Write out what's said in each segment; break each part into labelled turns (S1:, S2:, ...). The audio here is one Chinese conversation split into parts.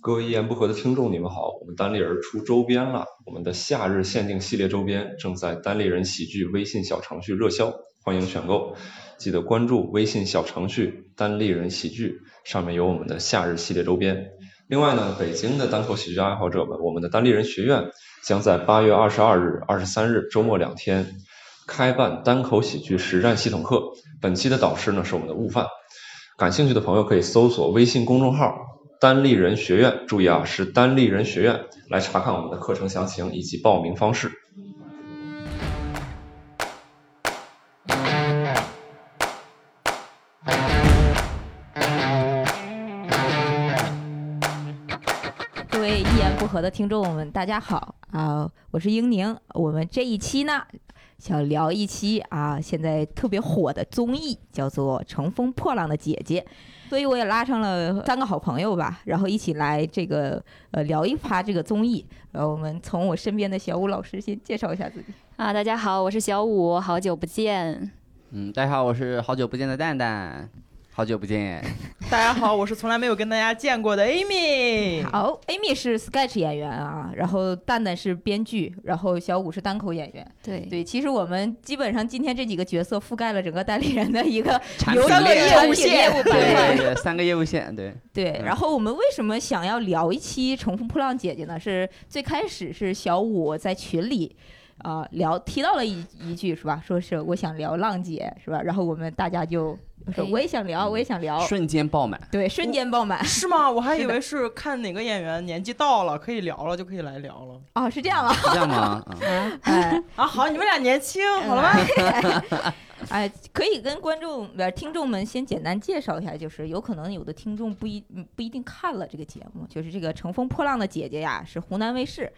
S1: 各位一言不合的听众，你们好！我们单立人出周边了，我们的夏日限定系列周边正在单立人喜剧微信小程序热销，欢迎选购。记得关注微信小程序“单立人喜剧”，上面有我们的夏日系列周边。另外呢，北京的单口喜剧爱好者们，我们的单立人学院将在八月二十二日、二十三日周末两天开办单口喜剧实战系统课。本期的导师呢是我们的悟饭，感兴趣的朋友可以搜索微信公众号单立人学院，注意啊，是单立人学院，来查看我们的课程详情以及报名方式。
S2: 各位一言不合的听众们，大家好啊、我是英宁。啊我们这一期呢，想聊一期啊，现在特别火的综艺，叫做《乘风破浪的姐姐》。所以我也拉上了三个好朋友吧，然后一起来这个呃聊一趴这个综艺。然后我们从我身边的小武老师先介绍一下自己。
S3: 啊，大家好，我是小五，好久不见。
S4: 嗯，大家好，我是好久不见的蛋蛋，好久不见。
S5: 大家好，我是从来没有跟大家见过的 Amy。
S2: 好，Amy 是 sketch 演员啊，然后蛋蛋是编剧，然后小五是单口演员。
S3: 对
S2: 对，其实我们基本上今天这几个角色覆盖了整个代理人的一个
S4: 产
S2: 流
S4: 品
S2: 程
S5: 三个
S4: 链
S5: 业务
S2: 产品
S5: 线
S2: 业务
S4: 对
S2: 板块。
S4: 对对，三个业务线，对，
S2: 对，
S4: 嗯
S2: 然后我们为什么想要聊一期《乘风破浪姐姐》呢？是最开始是小五在群里。啊、聊提到了一一句是吧？说是我想聊浪姐是吧？然后我们大家就说
S3: 哎
S2: 我也想聊，我也想聊，
S4: 瞬间爆满。
S2: 对，瞬间爆满
S5: 是吗？我还
S2: 是
S5: 以
S2: 的
S5: 为是看哪个演员年纪到了可以聊了，就可以来聊了。
S2: 哦，是这样啊，
S4: 是这样吗？嗯
S3: 啊，
S2: 哎
S5: 啊，好，你们俩年轻，好了吧？
S2: 哎，可以跟观众呃听众们先简单介绍一下，就是有可能有的听众不一嗯不一定看了这个节目，就是这个《乘风破浪的姐姐》呀，是湖南卫视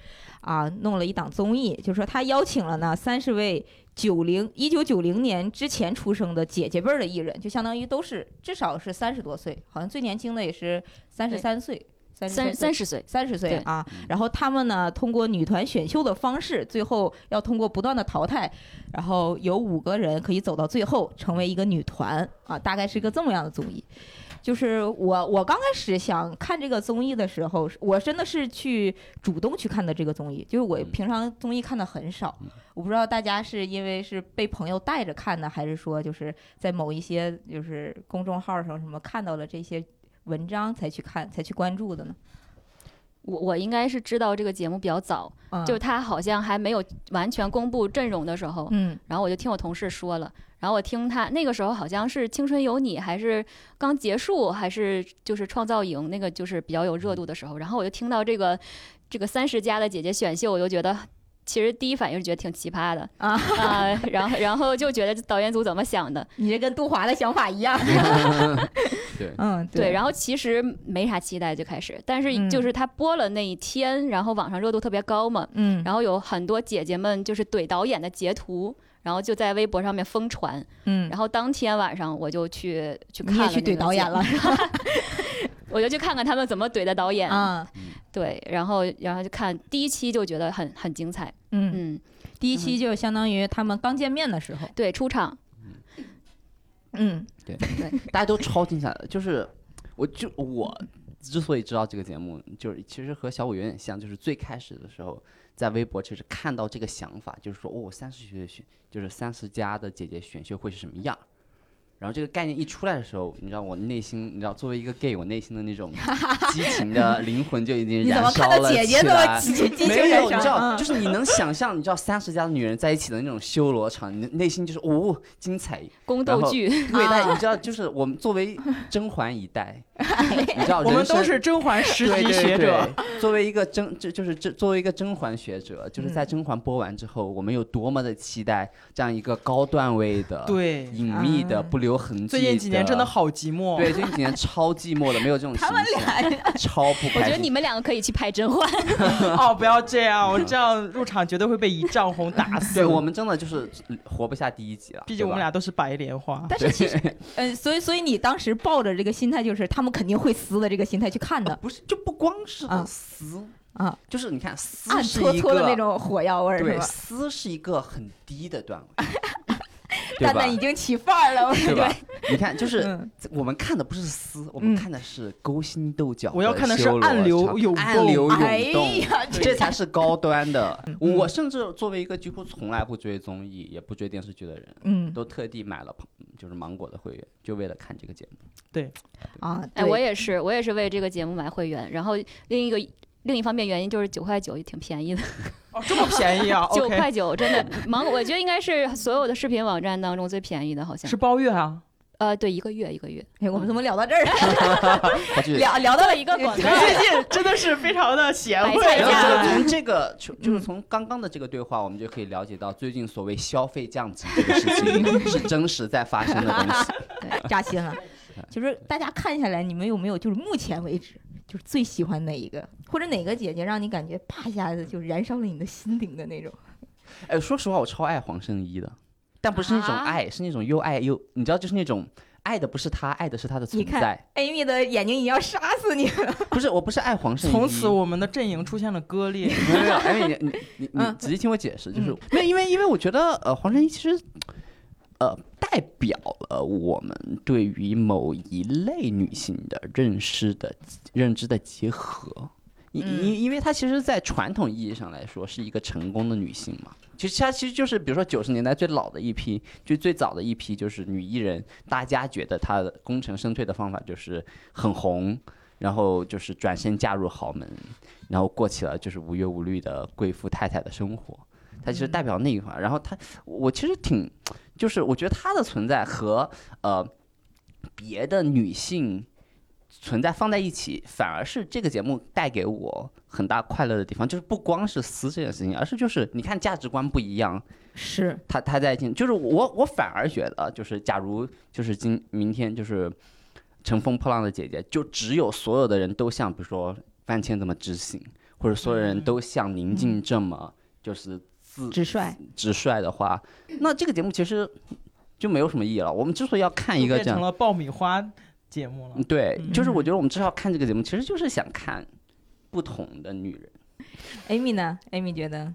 S2: 啊弄了一档综艺，就说他邀请了呢三十位九零一九九零年之前出生的姐姐辈儿的艺人，就相当于都是至少是三十多岁，好像最年轻的也是三十三岁，三
S3: 三三十岁，
S2: 三十岁
S3: 对
S2: 啊
S4: 嗯，
S2: 然后他们呢，通过女团选秀的方式，最后要通过不断的淘汰，然后有五个人可以走到最后，成为一个女团啊，大概是一个这么样的综艺。就是我我刚开始想看这个综艺的时候，我真的是去主动去看的这个综艺，就是我
S4: 嗯
S2: 平常综艺看的很少，我不知道大家是因为是被朋友带着看的，还是说就是在某一些就是公众号上什么看到了这些文章才去看才去关注的呢？
S3: 我我应该是知道这个节目比较早，
S2: 嗯
S3: 就是他好像还没有完全公布阵容的时候，
S2: 嗯，
S3: 然后我就听我同事说了，然后我听他那个时候好像是《青春有你》还是刚结束，还是就是创造营那个就是比较有热度的时候，然后我就听到这个这个三十加的姐姐选秀，我就觉得。其实第一反应是觉得挺奇葩的
S2: 啊
S3: 然后然后就觉得导演组怎么想的，
S2: 你这跟杜华的想法一样。
S4: 对
S2: 嗯，
S3: 对，
S2: 后
S3: 然后其实没啥期待就开始，但
S2: 嗯
S3: 是就是他播了那一天，然后网上热度特别高嘛，
S2: 嗯，
S3: 然后有很多姐姐们就是怼导演的截图，然后就在微博上面疯传，
S2: 嗯，
S3: 然后当天晚上我就去去看
S2: 你
S3: 了
S2: 也去
S3: 那
S2: 怼
S3: 个
S2: 导演
S3: 节
S2: 了，
S3: 目，我就去看看他们怎么怼的导演，
S2: 啊，
S3: 对，然后然后就看第一期就觉得很很精彩，
S2: 嗯，
S3: 嗯，
S2: 第一期就相当于他们刚见面的时候，
S3: 对，出场
S2: 嗯
S4: 大家都超惊吓的，就是我就我之所以知道这个节目，就是其实和小五有点像，就是最开始的时候在微博就是看到这个想法，就是说哦，三十岁选就是三十加的姐姐选秀会是什么样。然后这个概念一出来的时候，你知道我内心，你知道作为一个 gay，我内心的那 种激情的灵魂就已经
S2: 你怎
S4: 燃
S2: 么
S4: 烧
S2: 看到
S4: 了
S2: 姐姐
S4: 起
S2: 那么
S4: 来。
S2: 激激情
S4: 没有，
S2: 燃
S4: 你知道，
S2: 烧？嗯
S4: 就是你能想象，你知道三十加的女人在一起的那种修罗场，你内心就是哦，精彩
S3: 宫
S4: 然
S3: 斗
S4: 后
S3: 剧，
S2: 啊
S4: 对，但你知道，就是我们作为甄嬛一 代，你知道，
S5: 我们
S4: 人生
S5: 都是甄嬛十
S4: 对
S5: 级
S4: 对
S5: 学者。
S4: 对作为一个甄，就就是这作为一个甄嬛学者，就是在
S2: 嗯
S4: 甄嬛播完之后，我们有多么的期待这样一个高段位的、
S5: 对，
S4: 隐秘的、
S2: 啊
S4: 不留痕迹。
S5: 最近几年真的。好寂寞。
S4: 对，最近几年超寂寞的，没有这种形
S2: 他们
S4: 象，
S2: 俩
S4: 超不开心。
S3: 我觉得你们两个可以去拍甄嬛，
S5: 哦，不要这样，我这样入场绝对会被一丈红打 死。
S4: 对我们真的就是活不下第一集了。
S5: 毕竟我们俩都是白莲花。
S2: 但是其实，嗯，所以所以你当时抱着这个心态，就是他们肯定会撕的这个心态去看
S4: 对
S2: 的
S4: 吧 不是，就不光是
S2: 啊
S4: 撕，
S2: 啊，
S4: 就是你看撕
S2: 暗
S4: 是
S2: 搓
S4: 一
S2: 搓的
S4: 个
S2: 那种火药味儿是
S4: 对，
S2: 吧？
S4: 丝是一个很低的段位，对
S2: 蛋
S4: 吧
S2: 蛋已？经起范儿了，
S4: 对吧？你看，就是
S5: 嗯，
S4: 我们看的不是丝，我们
S5: 嗯
S4: 看的是勾心斗角修罗场，
S5: 我要看的是暗流涌动
S4: 暗流
S2: 哎
S4: 涌动。
S2: 呀，
S4: 这才是高端的。
S5: 嗯
S4: 我甚至作为一个几乎从来不追综艺，也不追电视剧的人，
S2: 嗯
S4: 都特地买了就是芒果的会员，就为了看这个节目。
S2: 啊，
S3: 哎，
S2: 对
S3: 我也是，我也是为这个节目买会员，然后另一个。另一方面原因就是九块九也挺便宜的，
S5: 哦，这么便宜啊
S3: 九
S5: ，OK，
S3: 块九真的芒果，我觉得应该是所有的视频网站当中最便宜的，好像
S5: 是包月啊。
S3: 呃，对，一个月一个月。
S2: 哎我们怎么聊到这儿了？
S4: 他就
S2: 聊聊到了
S3: 一个广告
S5: 最近真的是非常的贤
S2: 哎
S5: 惠
S3: 白菜
S4: 然
S3: 价
S4: 后
S3: 呀
S4: 就是从这个，就就是从刚刚的这个对话，我们就可以了解到最近所谓消费降级这个事情是真实在发生的东西。
S2: 扎心了。就是大家看下来，你们有没有就是目前为止就是最喜欢哪一个，或者哪个姐姐让你感觉啪一下子就燃烧了你的心灵的那种？
S4: 哎，说实话，我超爱黄圣依的，但不是那种
S3: 啊
S4: 爱，是那种又爱又，你知道，就是那种爱的不是他，爱的是他的存
S2: 你看
S4: 在。
S2: ，Amy 的眼睛也要杀死你了。
S4: 不是，我不是爱黄圣依。
S5: 从此我们的阵营出现了割裂。
S4: 没有没有，哎，你你你你
S2: 嗯
S4: 仔细听我解释，就是没有，因为因为我觉得呃，黄圣依其实呃代表了我们对于某一类女性的认识的认知的结合。因
S2: 嗯
S4: 因因为她其实，在传统意义上来说，是一个成功的女性嘛。其实她其实就是，比如说九十年代最老的一批，就最早的一批，就是女艺人，大家觉得她的功成身退的方法就是很红，然后就是转身嫁入豪门，然后过起了就是无忧无虑的贵妇太太的生活。她其实代表那一块儿，然后她，我其实挺，就是我觉得她的存在和呃别的女性存在放在一起，反而是这个节目带给我很大快乐的地方，就是不光是撕这件事情，而是就是你看价值观不一样，
S2: 是，
S4: 他他在进，就是我我反而觉得，就是假如就是今明天就是乘风破浪的姐姐，就只有所有的人都像比如说范倩这么知性，或者所有人都像宁静这么就是自
S2: 直率，
S4: 直率的话，那这个节目其实就没有什么意义了。我们之所以要看一个
S5: 变
S4: 这样
S5: 成了爆米花节目了。
S4: 对，就是我
S2: 嗯
S4: 觉得我们至少看这个节目，其实就是想看不同的女人。
S2: Amy 呢？Amy 觉得，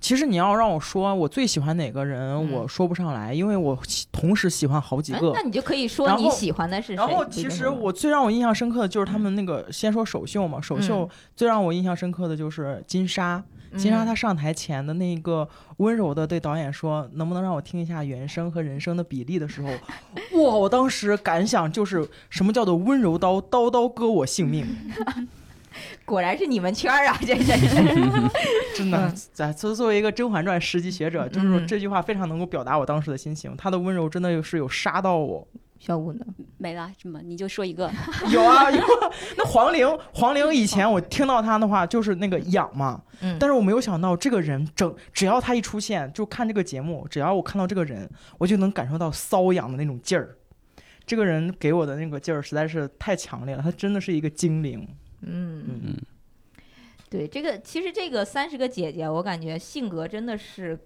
S5: 其实你要让我说我最喜欢哪个人，
S2: 嗯
S5: 我说不上来，因为我喜同时喜欢好几
S2: 哎
S5: 个
S2: 那。你就可以说
S5: 然
S2: 你
S5: 后
S2: 喜欢的是谁。
S5: 然后
S2: 你
S5: 其
S2: 觉
S5: 实
S2: 得呢
S5: 我最让我印象深刻的就是他们那个，先说首秀嘛，首秀
S2: 嗯
S5: 最让我印象深刻的就是金莎，金莎她上台前的那个温柔的对导演说：“能不能让我听一下原声和人声的比例的 时候，哇！我当时感想就是什么叫做温柔刀，刀刀割我性命，
S2: 果然是你们圈儿啊，这这 是
S5: 真的
S2: 嗯。
S5: 咱作作为一个《甄嬛传》十级学者，就是说
S2: 嗯
S5: 这句话非常能够表达我当时的心情，她的温柔真的是有杀到 我。
S2: 小五呢？
S3: 没了，什么你就说一个，
S5: 有啊有啊，那黄龄，黄龄以前我听到她的话就是那个痒嘛，
S2: 嗯
S5: 但是我没有想到这个人整，只要他一出现，就看这个节目，只要我看到这个人，我就能感受到瘙痒的那种劲儿。这个人给我的那个劲儿实在是太强烈了，他真的是一个精灵。
S2: 嗯，
S5: 嗯，
S2: 对，这个其实这个三十个姐姐，我感觉性格真的是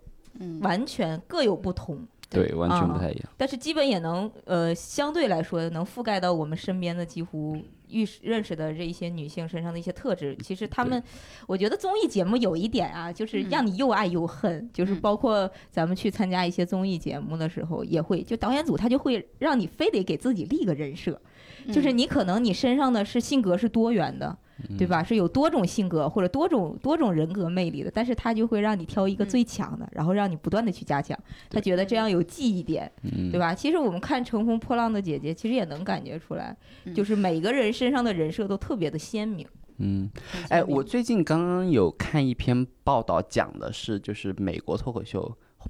S3: 嗯，
S2: 完全各有不同。
S4: 对，完全
S2: 啊
S4: 不太一样。
S2: 但是基本也能呃，相对来说能覆盖到我们身边的几乎遇认识的这一些女性身上的一些特质。其实她们，我觉得综艺节目有一点啊，就是
S3: 嗯
S2: 让你又爱又恨，就是
S3: 嗯
S2: 包括咱们去参加一些综艺节目的时候，也会就导演组他就会让你非得给自己立个人设，
S3: 嗯
S2: 就是你可能你身上的是性格是多元的，
S3: 嗯
S2: 对吧？是有多种性格或者多种多种人格魅力的，但是他就会让你挑一个
S3: 嗯
S2: 最强的，然后让你不断的去加强，他觉得这样有记忆点，
S4: 嗯
S2: 对吧？其实我们看《乘风破浪的姐姐》，其实也能感觉出来，
S3: 嗯
S2: 就是每个人身上的人设都特别的鲜明。
S4: 嗯。
S2: 很鲜
S4: 哎，
S2: 明
S4: 我最近刚刚有看一篇报道，讲的是就是美国脱口秀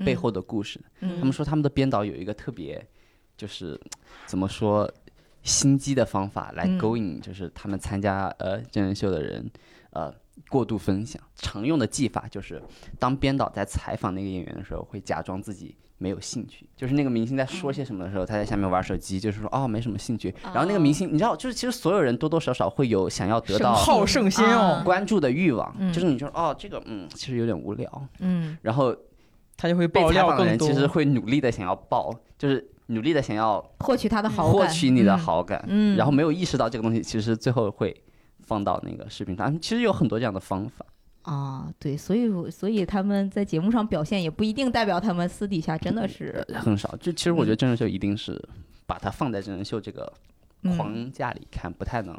S4: 背
S2: 嗯
S4: 后的故事。他们
S2: 嗯
S4: 说他们的编导有一个特别，就是怎么说心机的方法来
S2: 嗯
S4: 勾引，就是他们参加呃真人秀的人，呃过度分享。常用的技法就是，当编导在采访那个演员的时候，会假装自己。没有兴趣，就是那个明星在说
S2: 嗯
S4: 些什么的时候，他在下面玩手机，就是说哦没什么兴趣。然后那个明星，你知道，就是其实所有人多多少少会有想要得
S2: 哦生
S4: 到
S5: 好胜心哦
S2: 啊，
S4: 关注的欲望，
S2: 嗯
S4: 就是你说哦，这个嗯，其实有点无聊，
S2: 嗯
S4: 然后
S5: 他就会
S4: 被
S5: 爆
S4: 采
S5: 料
S4: 访的
S5: 更
S4: 人
S5: 多。
S4: 其实会努力的想要爆，就是努力的想要
S2: 获取他的好
S4: 获
S2: 感，
S4: 取你的
S2: 嗯，
S4: 好感，
S2: 嗯，
S4: 然后没有意识到这个东西，其实最后会放到那个视频上。其实有很多这样的方法，
S2: 啊，对，所以我所以他们在节目上表现也不一定代表他们私底下真的是
S4: 呃很少。就其实我觉得真人秀一定是把它放在真人秀这个
S2: 嗯，
S4: 框架里看，不太能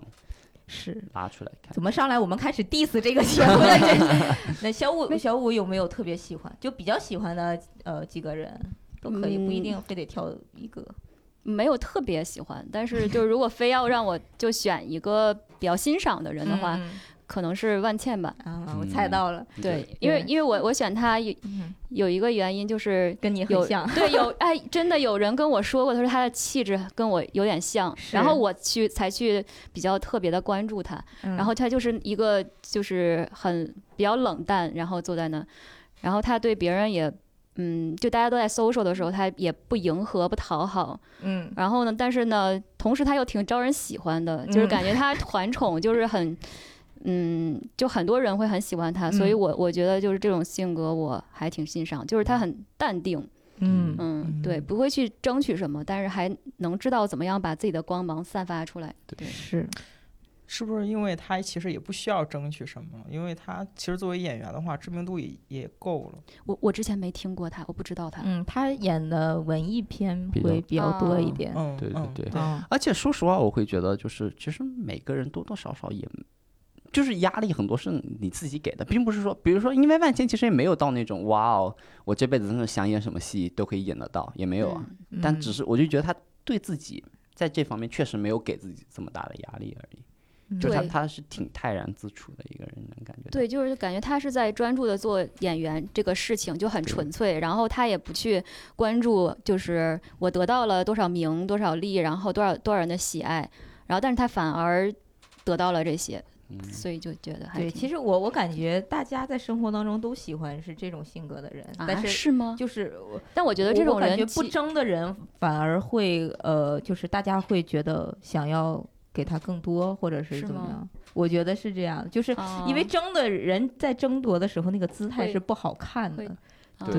S2: 是。
S4: 拉出来看。
S2: 怎么上来我们开始 diss 这个节目了？真是 那小五小五有没有特别喜欢，就比较喜欢的呃几个人都可以，不一
S3: 嗯
S2: 定非得挑一个。
S3: 没有特别喜欢，但是就如果非要让我就选一个比较欣赏的人的话，
S2: 嗯
S3: 可能是万茜吧。
S2: 嗯啊，我猜到了，
S3: 对，因为
S2: 对
S3: 因为我我选她有
S2: 嗯
S3: 有一个原因就是
S2: 跟你
S3: 有
S2: 很像。
S3: 对，有哎，真的有人跟我说过，他说他的气质跟我有点像，
S2: 是
S3: 然后我去才去比较特别的关注他，然
S2: 然
S3: 后他就是一个就是很比较冷淡，然后坐在那，然后他对别人也。嗯，就大家都在 social 的时候，他也不迎合、不讨好，
S2: 嗯，
S3: 然后呢，但是呢，同时他又挺招人喜欢的，就是
S2: 嗯
S3: 感觉他团宠就是很，嗯，就很多人会很喜欢他，所以
S2: 嗯
S3: 我我觉得就是这种性格我还挺欣赏，就是他很淡定，
S2: 嗯
S3: 嗯，对，
S5: 嗯
S3: 不会去争取什么，但是还能知道怎么样把自己的光芒散发出来。对，
S2: 是，
S5: 是不是因为他其实也不需要争取什么？因为他其实作为演员的话，知名度也也够了。
S3: 我我之前没听过他，我不知道他。
S2: 嗯，他演的文艺片
S4: 比较
S2: 会比较多一
S3: 哦
S2: 点。
S5: 嗯，
S4: 对对
S5: 嗯
S4: 对
S2: 哦
S4: 而且说实话，我会觉得就是其实每个人多多少少也。就是压力很多是你自己给的，并不是说，比如说，因为万千其实也没有到那种哇哦，我这辈子真的想演什么戏都可以演得到，也没有
S3: 嗯
S4: 啊。但
S2: 嗯
S4: 只是我就觉得他对自己在这方面确实没有给自己这么大的压力而已，
S2: 嗯
S4: 就是他
S3: 对
S4: 他是挺泰然自处的一个人，能感觉到。
S3: 对，就是感觉他是在专注的做演员这个事情，就很纯粹，然后他也不去关注，就是我得到了多少名、多少利，然后多少多少人的喜爱，然后但是他反而得到了这些，
S5: 嗯
S3: 所以就觉得还
S2: 对，其
S3: 实
S2: 实我我感觉大家在生活当中都喜欢是这种性格的人，但
S3: 啊
S2: 是
S3: 是吗？
S2: 就是我
S3: 但我觉得这
S2: 我
S3: 种
S2: 感觉
S3: 人
S2: 不
S3: 其
S2: 争的人反而会呃，就是大家会觉得想要给他更多，或者是
S3: 是
S2: 怎么
S3: 吗
S2: 样？我觉得是这样，就是
S3: 啊
S2: 因为争的人在争夺的时候，那个姿态
S3: 会
S2: 是不好看的
S3: 会。
S4: 对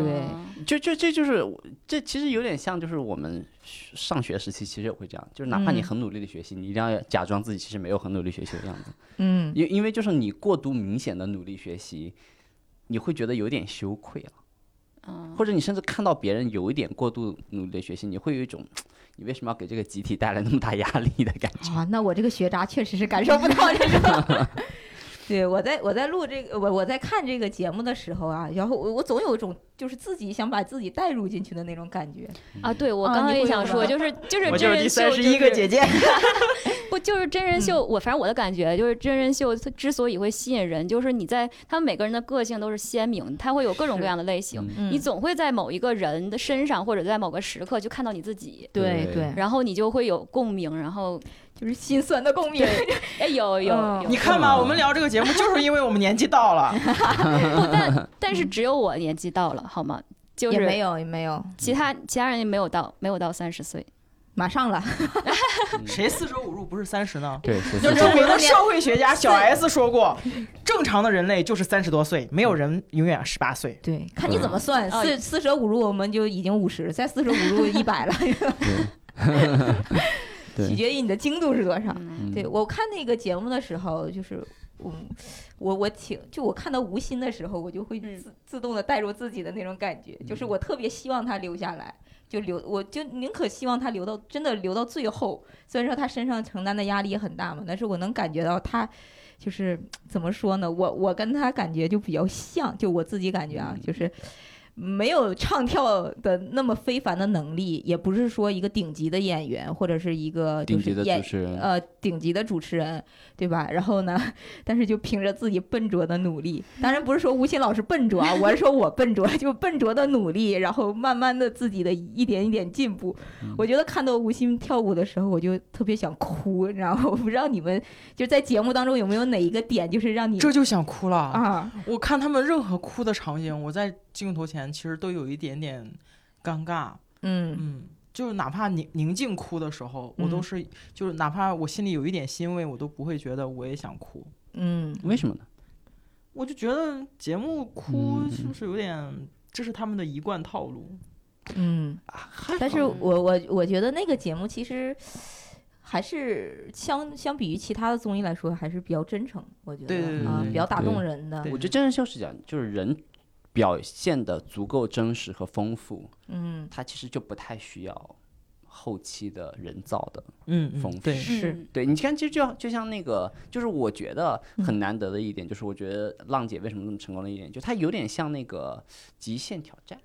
S2: 对
S3: 啊
S4: 就就这就是我这其实有点像，就是我们上学时期其实也会这样，就是哪怕你
S2: 嗯
S4: 很努力的学习，你一定要假装自己其实没有很努力学习的样子，
S2: 嗯，
S4: 因因为就是你过度明显的努力学习，你会觉得有点羞愧啊，
S3: 嗯
S4: 或者你甚至看到别人有一点过度努力的学习，你会有一种你为什么要给这个集体带来那么大压力的感觉？
S2: 啊，那我这个学渣确实是感受不到这 种。对，我在我在录这个，我我在看这个节目的时候啊，然后我我总有一种就是自己想把自己带入进去的那种感觉。
S3: 啊，对我
S2: 啊
S3: 刚刚
S2: 你
S3: 也
S2: 会
S3: 想
S2: 有
S3: 说，
S2: 吗
S3: 就是就是
S5: 我
S3: 真
S5: 是
S3: 人
S5: 第
S3: 秀
S5: 三十一个
S3: 就是
S5: 姐姐，
S3: 不就是真人
S5: 嗯
S3: 秀？我反正我的感觉就是真人秀它之所以会吸引人，就是你在他们每个人的个性都是鲜明，他会有各种各样的类型，
S4: 嗯
S3: 你总会在某一个人的身上或者在某个时刻就看到你自己。
S2: 对
S4: 对
S2: 对，
S3: 然后你就会有共鸣，然后
S2: 就是心酸的共鸣。
S3: 哎有有
S2: 嗯
S3: 有，
S5: 你看吧，我们聊这个节目就是因为我们年纪到了，
S3: 不但但
S5: 嗯
S3: 是只有我年纪到了，好吗？就
S2: 也没
S3: 是
S2: 有也没有，
S3: 其他其他人也没有到没有到三十岁，
S2: 马上了。
S5: 谁四舍五入不是三十呢？
S4: 对，
S5: 就是知名的社会学家小 S 说过，正常的人类就是三十多岁，没有人永远十八岁。
S2: 对，看你怎么算，
S3: 啊
S2: 四四舍五入我们就已经五十，再四舍五入一百了， 取决于你的精度是多少。
S3: 嗯，
S2: 对我看那个节目的时候，就是我我我挺就我看到吴昕的时候，我就会
S3: 嗯
S2: 自、自动的带入自己的那种感觉，
S4: 嗯
S2: 就是我特别希望他留下来，就留我就宁可希望他留到真的留到最后。虽然说他身上承担的压力也很大嘛，但是我能感觉到他。就是怎么说呢？我我跟他感觉就比较像，就我自己感觉
S4: 嗯
S2: 啊，就是 没有唱跳的那么非凡的能力，也不是说一个顶级的演员或者是一个就
S4: 顶
S2: 是
S4: 级的
S2: 演
S4: 主持人，
S2: 呃顶级的主持人，对吧？然后呢，但是就凭着自己笨拙的努力，当然不是说吴昕老师笨拙啊，我是说我笨拙，就笨拙的努力，然后慢慢的自己的一点一点进步。我觉得看到吴昕跳舞的时候，我就特别想哭，你知道吗？ 我不知道你们就在节目当中有没有哪一个点，就是让你
S5: 这就想哭了！
S2: 啊，
S5: 我看他们任何哭的场景，我在镜头前其实都有一点点尴尬。
S2: 嗯
S5: 嗯，就是哪怕宁宁静哭的时候，我
S2: 嗯
S5: 都是、就是哪怕我心里有一点欣慰，我都不会觉得我也想哭。
S2: 嗯
S4: 为什么呢？
S5: 我就觉得节目哭是不是有点，这是他们的一贯套路。
S2: 嗯。但是我我我觉得那个节目其实。还是相相比于其他的综艺来说，还是比较真诚，我觉得
S5: 对对对
S2: 啊，
S5: 对
S2: 比较打
S4: 对
S2: 动人的。
S5: 对
S4: 我觉得真人秀是这样，就是人表现的足够真实和丰富，
S2: 嗯，
S4: 他其实就不太需要后期的人造的。
S5: 嗯嗯
S4: 丰富
S5: 对，
S2: 是
S3: 嗯
S4: 对，你看，其实就就像那个，就是我觉得很难得的一点，就是我觉得浪姐为什么那么成功的一点，就它有点像那个《极限挑战》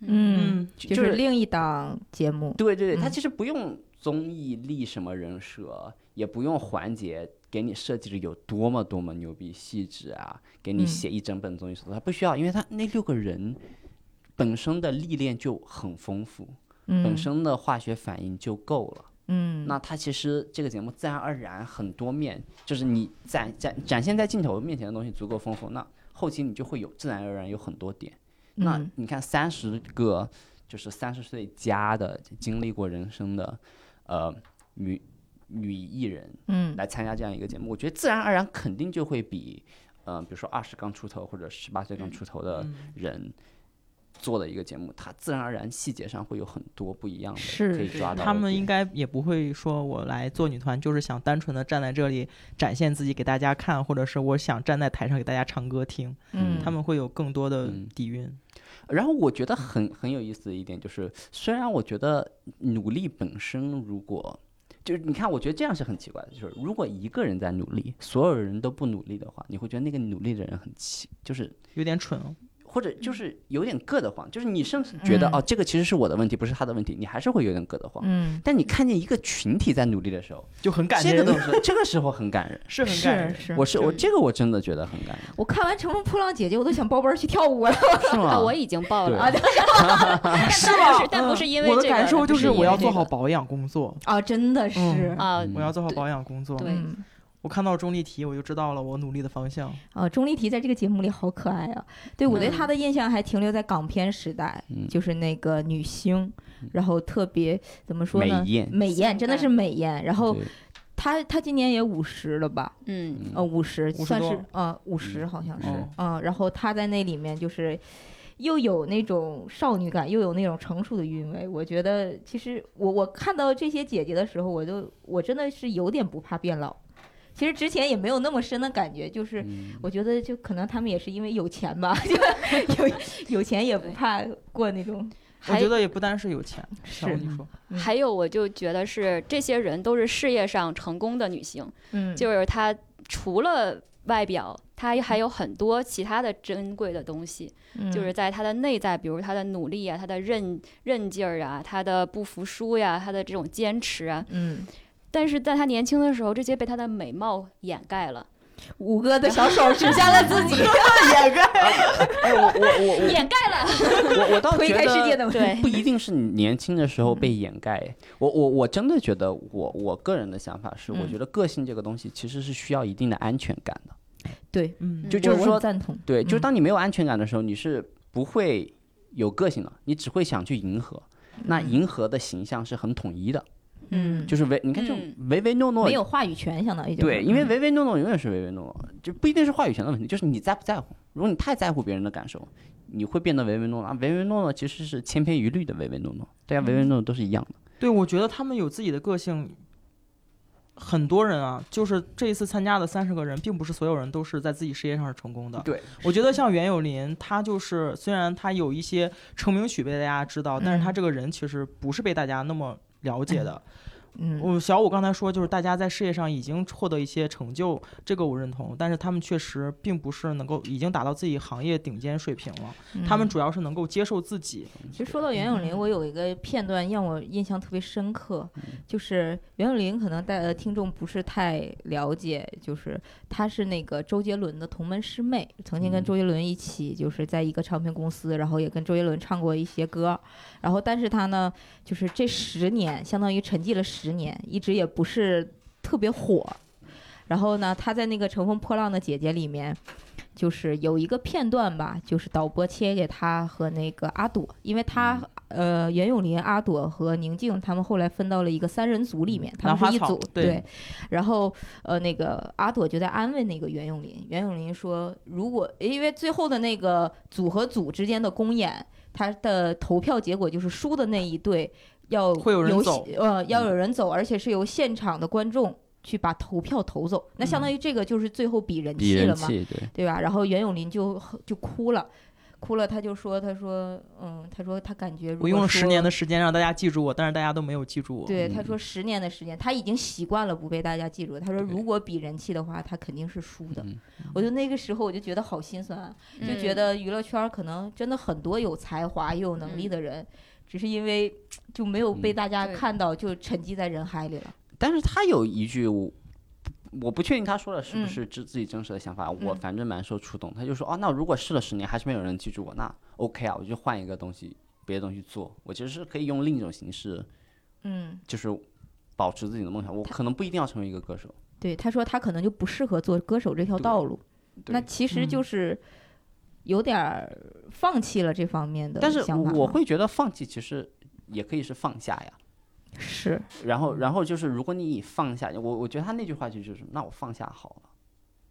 S2: 嗯，
S4: 就，
S2: 就
S4: 就是
S2: 另一档节目，
S4: 对对对，它
S2: 嗯
S4: 其实不用综艺立什么人设，也不用环节给你设计的有多么多么牛逼细致啊，给你
S2: 嗯
S4: 写一整本综艺手册，它不需要，因为它那六个人本身的历练就很丰富，
S2: 嗯
S4: 本身的化学反应就够了。
S2: 嗯，
S4: 那它其实这个节目自然而然很多面，就是你展展展现在镜头面前的东西足够丰富，那后期你就会有自然而然有很多点。那
S2: 嗯
S4: 你看三十个就是三十岁加的经历过人生的呃女女艺人
S2: 嗯
S4: 来参加这样一个节目，我觉得自然而然肯定就会比呃比如说二十刚出头或者十八岁刚出头
S5: 嗯
S4: 的人。做的一个节目，它自然而然细节上会有很多不一样的，
S2: 是
S4: 可以抓到的
S5: 他们
S4: 点
S5: 应该也不会说我来做女团就是想单纯的站在这里展现自己给大家看，或者是我想站在台上给大家唱歌听，
S2: 嗯，
S5: 他们会有更多的
S4: 嗯
S5: 底蕴。
S4: 然后我觉得很很有意思的一点就是，虽然我觉得努力本身，如果就是你看，我觉得这样是很奇怪的，就是如果一个人在努力，所有人都不努力的话，你会觉得那个努力的人很奇，就是
S5: 有点蠢哦，
S4: 或者就是有点硌得慌，就是你甚至觉得、
S2: 嗯
S4: 哦，这个其实是我的问题，不是他的问题，你还是会有点硌得慌。
S2: 嗯
S4: 但你看见一个群体在努力的时候，
S5: 就很感
S4: 这个
S5: 人，
S4: 东西，这个时候很感人。
S5: 是很感
S2: 是
S5: 人。
S2: 是，
S4: 我是我这个我真的觉得很感人，
S2: 我看完《乘风破浪》姐姐，我都想包班去跳舞了。
S4: 是
S3: 啊，
S4: 吗？
S3: 我已经报了，
S4: 对
S3: 啊，但是但
S5: 啊
S3: 不是但不是因为
S5: 嗯我的
S3: 这个
S5: 感受
S3: 不
S5: 就是
S3: 因
S5: 我
S3: 为
S5: 要
S3: 这
S5: 做
S3: 个
S5: 好保养工作，
S2: 啊，真的是
S5: 嗯
S3: 啊，
S5: 我要做好保养工作。
S3: 对
S2: 嗯
S5: 我看到钟丽缇，我就知道了我努力的方向。
S2: 啊，钟丽缇在这个节目里好可爱啊！对我对她的印象还停留在港片时代，
S4: 嗯
S2: 就是那个女星，然后特别怎么说
S4: 美
S2: 呢？
S4: 艳。
S2: 美艳真的是美艳，然后
S4: 对
S2: 她她今年也五十了吧？
S3: 嗯
S2: 呃，五十
S5: 50
S2: 算
S5: 多
S2: 是呃五十好像是，
S4: 嗯
S2: 嗯，然后她在那里面就是又有那种少女感，又有那种成熟的韵味。我觉得其实我我看到这些姐姐的时候，我就我真的是有点不怕变老。其实之前也没有那么深的感觉，就是
S4: 嗯
S2: 我觉得就可能他们也是因为有钱 吧，就有有钱也不怕过那种
S5: 我
S3: 还
S5: 觉得也不单是有钱，
S2: 是
S5: 像你说，
S2: 嗯
S3: 还有，我就觉得是这些人都是事业上成功的女性，
S2: 嗯
S3: 就是她除了外表，她还有很多其他的珍贵的东西，
S2: 嗯
S3: 就是在她的内在，比如她的努力啊，她的韧韧劲儿啊，她的不服输呀、她的这种坚持啊。
S2: 嗯，
S3: 但是在她年轻的时候，这些被她的美貌掩盖了，
S2: 五哥的小手指向了自己，掩盖
S4: 哎，我我我我
S2: 嗯
S3: 掩盖了。
S4: 我 我倒
S2: 推
S4: 觉
S2: 开
S4: 得
S2: 世界 的门嗯
S3: 对，
S4: 不一定是你年轻的时候被掩盖。我我我真的觉得我，我个人的想法是，我
S2: 嗯
S4: 觉得个性这个东西其实是需要一定的安全感的。
S2: 对，
S5: 嗯，
S4: 就
S2: 我
S4: 就是
S2: 我
S4: 说
S2: 很赞同，
S4: 对，就是
S2: 嗯
S4: 当你没有安全感的时候，你是不会有个性的，你只会想去迎合。那
S2: 嗯
S4: 迎合的形象是很统一的，
S2: 嗯
S4: 就是唯你看这种
S3: 嗯
S4: 唯唯诺诺
S2: 没，有话语权，相当于就是
S4: 对，因为
S2: 嗯
S4: 唯唯诺诺永远是唯唯诺诺，就不一定是话语权的问题，就是你在不在乎。如果你太在乎别人的感受，你会变得唯唯诺诺。啊唯唯诺诺其实是千篇一律的唯唯诺诺，大
S2: 嗯
S4: 家唯唯诺诺都是一样的。
S5: 对，我觉得他们有自己的个性。很多人啊，就是这一次参加的三十个人，并不是所有人都是在自己事业上是成功的。
S4: 对，
S5: 我觉得像袁咏琳，她就是虽然她有一些成名曲被大家知道，但是她
S2: 嗯
S5: 这个人其实不是被大家那么了解的。
S2: 嗯
S5: 我小五刚才说，就是大家在事业上已经获得一些成就，这个我认同，但是他们确实并不是能够已经达到自己行业顶尖水平了，
S2: 嗯
S5: 他们主要是能够接受自己。
S2: 其实说到袁咏琳，我有一个片段让我印象特别深刻，就是袁咏琳可能大家听众不是太了解，就是她是那个周杰伦的同门师妹，曾经跟
S4: 嗯
S2: 周杰伦一起就是在一个唱片公司，然后也跟周杰伦唱过一些歌，然后但是她呢，就是这十年相当于沉寂了十年，一直也不是特别火。然后呢，她在那个《乘风破浪的姐姐》里面，就是有一个片段吧，就是导播切给她和那个阿朵，因为她
S5: 嗯
S2: 呃袁咏琳、阿朵和宁静他们后来分到了一个三人组里面，他
S5: 嗯兰
S2: 们
S5: 花
S2: 是一
S5: 草
S2: 组
S5: 对
S2: 然后呃那个阿朵就在安慰那个袁咏琳，袁咏琳说，如果因为最后的那个组和组之间的公演，他的投票结果就是输的那一队要
S5: 会有人
S2: 由
S5: 走嗯
S2: 呃要有人走，而且是由现场的观众。去把投票投走，那
S5: 嗯
S2: 相当于这个就是最后比人
S4: 比
S2: 气了
S4: 人
S2: 嘛，
S4: 气，对，
S2: 对吧？然后袁咏琳就就哭了，哭了，他就说，他说，嗯，他说他感觉如
S5: 我
S2: 果
S5: 用了十
S2: 说
S5: 年的时间让大家记住我，但是大家都没有记住我。
S2: 对，他
S4: 嗯
S2: 说十年的时间，他已经习惯了不被大家记住。他说，
S4: 对
S2: 如果比人气的话，他肯定是输的
S4: 嗯。
S2: 我就那个时候我就觉得好心酸啊，就
S3: 嗯
S2: 觉得娱乐圈儿可能真的很多有才华又有能力的人，只是因为就没有被
S4: 嗯
S2: 大家
S3: 对
S2: 看到，就沉寂在人海里了。
S4: 但是他有一句我。我不确定他说的是不
S2: 嗯
S4: 是自自己真实的想法，我
S2: 嗯
S4: 反正蛮受触动。他就说，哦，那如果试了十年还是没有人记住我，那 OK 啊，我就换一个东西，别的东西做。我其实是可以用另一种形式，
S2: 嗯，
S4: 就是保持自己的梦想。我可能不一定要成为一个歌手，
S2: 对，他说他可能就不适合做歌手这条
S4: 对
S2: 道路。
S4: 对
S2: 那其实就
S5: 嗯
S2: 是有点儿放弃了这方面的
S4: 但是
S2: 想法
S4: 我
S2: 吗
S4: 会觉得放弃其实也可以是放下呀。
S2: 是
S4: 然后，然后就是如果你以放下，我我觉得他那句话就就是，那我放下好了。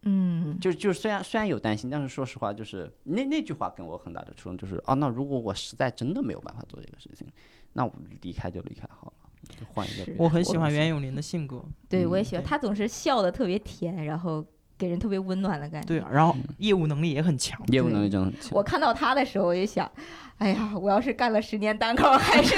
S2: 嗯
S4: 就就虽然虽然有担心，但是说实话，就是那那句话跟我很大的触动，就是啊，那如果我实在真的没有办法做这个事情，那我离开就离开好了，就换一个
S2: 是
S4: 别的。
S5: 我很喜欢袁
S4: 咏，
S5: 咏琳的性格，
S2: 对，
S4: 嗯
S2: 我也喜欢，
S5: 对
S2: 他总是笑的特别甜，然后给人特别温暖的感觉。
S5: 对，然后业务能力也很强。
S4: 业务能力真的很强。
S2: 我看到他的时候，我就想，哎呀，我要是干了十年单口，还是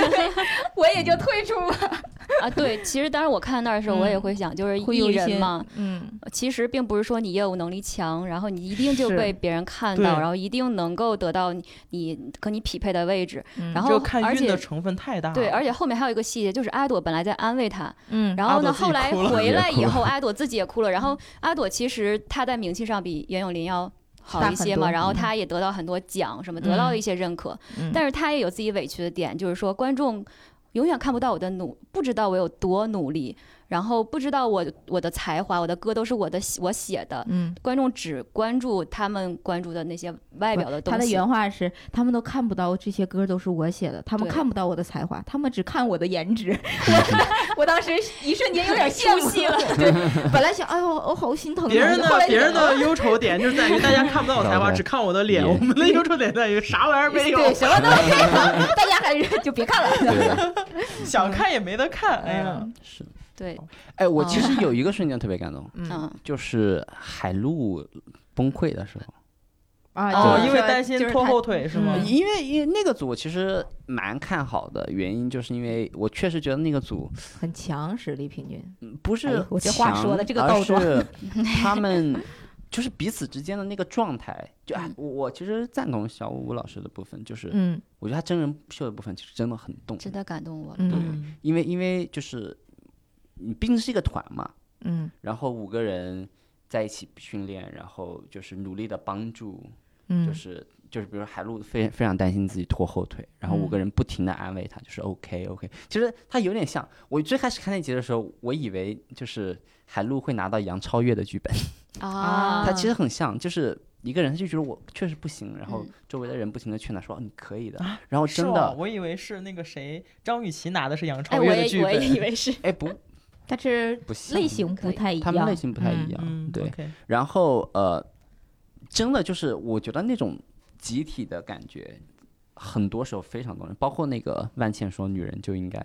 S2: 我也就退出吧。
S3: 啊，对，其实当时我看那儿的时候，我也
S2: 嗯
S3: 会想，就是
S2: 会
S3: 艺
S2: 有一些
S3: 人嘛，
S2: 嗯，
S3: 其实并不是说你业务能力强，然后你一定就是被别人看
S5: 对
S3: 到，然后一定能够得到你你跟你匹配的位置。
S2: 后
S3: 然后
S5: 这个看
S3: 而
S5: 运的
S3: 且
S5: 成分太大了。
S3: 对，而且后面还有一个细节，就是阿朵本来在安慰他，
S2: 嗯，
S3: 然后
S5: 阿朵
S3: 呢，
S5: 自己
S3: 后来
S5: 哭了
S3: 回来以
S4: 也
S3: 后，阿朵自己也哭了。然后阿朵其实她在名气上比袁咏琳要好
S2: 大
S3: 一
S2: 很
S3: 些
S2: 多
S3: 嘛，然后
S2: 嗯
S3: 她也得到很多奖，什么得到
S2: 嗯
S3: 一些认可，
S2: 嗯
S3: 但是她也有自己委屈的点，就是说观众永远看不到我的努，不知道我有多努力，然后不知道我我的才华，我的歌都是我的我写的，
S2: 嗯，
S3: 观众只关注他们关注的那些外表的东
S2: 他
S3: 西。
S2: 的原话是：他们都看不到这些歌都是我写的，他们
S3: 对
S2: 看不到我的才华，他们只看我的颜值。我我当时一瞬间有点羡慕
S3: 出戏了
S2: 对，本来想，哎呦，我好心疼啊。
S5: 别人
S2: 后
S5: 的
S2: 来
S5: 别人
S2: 想
S5: 的忧愁点就是在于大家看不到我才华，
S4: 对
S5: 只看我的脸。
S4: 也
S5: 我 们的忧愁点在于啥玩意儿没有，
S2: 对，什么都没有，大家还是就别看了。
S4: 对，
S5: 想看也没得看。哎呀，
S2: 嗯
S4: 是。
S3: 对，
S4: 哎，我其
S2: 哦
S4: 实有一个瞬间特别感动，
S2: 嗯
S3: 嗯，
S4: 就是海陆崩溃的时候，
S2: 啊
S5: 哦，
S2: 就是
S5: 因为
S2: 说
S5: 担心
S2: 就是
S5: 拖
S2: 他
S5: 后腿是吗？
S2: 嗯
S4: 因为因为那个组我其实蛮看好的，原因就是因为我确实觉得那个组
S2: 很强实力平均。
S4: 不
S2: 哎
S4: 是
S2: 呦我这话
S4: 强
S2: 说的这个
S4: 而
S2: 倒装
S4: 是他们就是彼此之间的那个状态。就哎，我我其实赞同小五老师的部分，就是
S2: 嗯
S4: 我觉得他真人秀的部分其实真的很动，
S3: 真的感动我了。
S2: 嗯
S5: 嗯，
S4: 因为因为就是你毕竟是一个团嘛，
S2: 嗯
S4: 然后五个人在一起训练，然后就是努力的帮助，
S2: 嗯，
S4: 就是。就是比如海陆非非常担心自己拖后腿，然后五
S2: 嗯
S4: 个人不停的安慰他，就是 OK OK。其实他有点像我最开始看那集的时候，我以为就是海陆会拿到杨超越的剧本，
S2: 啊
S3: 啊，
S4: 他其实很像，就是一个人他就觉得我确实不行，然后
S3: 嗯
S4: 周围的人不停的劝他说哦你可以的，
S2: 啊
S4: 然后
S5: 是
S4: 真
S5: 吗？
S2: 哦
S4: 的
S5: 我以为是那个谁，张雨绮拿的是杨
S3: 哎，
S5: 超
S3: 我
S5: 越的
S3: 也
S5: 剧
S3: 我也以
S5: 本。
S3: 为是，
S4: 哎不
S2: 但是
S4: 不像
S2: 类型不太一样，
S4: 他们类型不太一
S2: 嗯
S4: 样，
S5: 嗯，
S4: 对。
S5: OK
S4: 然后呃，真的就是我觉得那种集体的感觉，很多时候非常动人，包括那个万茜说女人就应该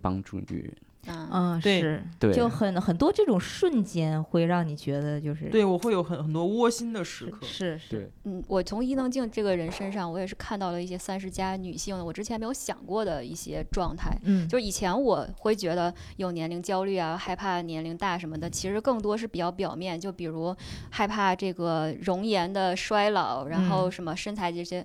S4: 帮助女人，
S3: 嗯，
S2: 嗯，
S5: 对
S2: 是，
S4: 对
S2: 就很很多这种瞬间会让你觉得就是
S5: 对，我会有很很多窝心的时
S2: 是
S5: 刻。
S2: 是是，
S3: 嗯，我从伊能静这个人身上，我也是看到了一些三十加女性我之前没有想过的一些状态。
S2: 嗯，
S3: 就是以前我会觉得有年龄焦虑啊，害怕年龄大什么的，其实更多是比较表面，就比如害怕这个容颜的衰老，然后什么身材这些。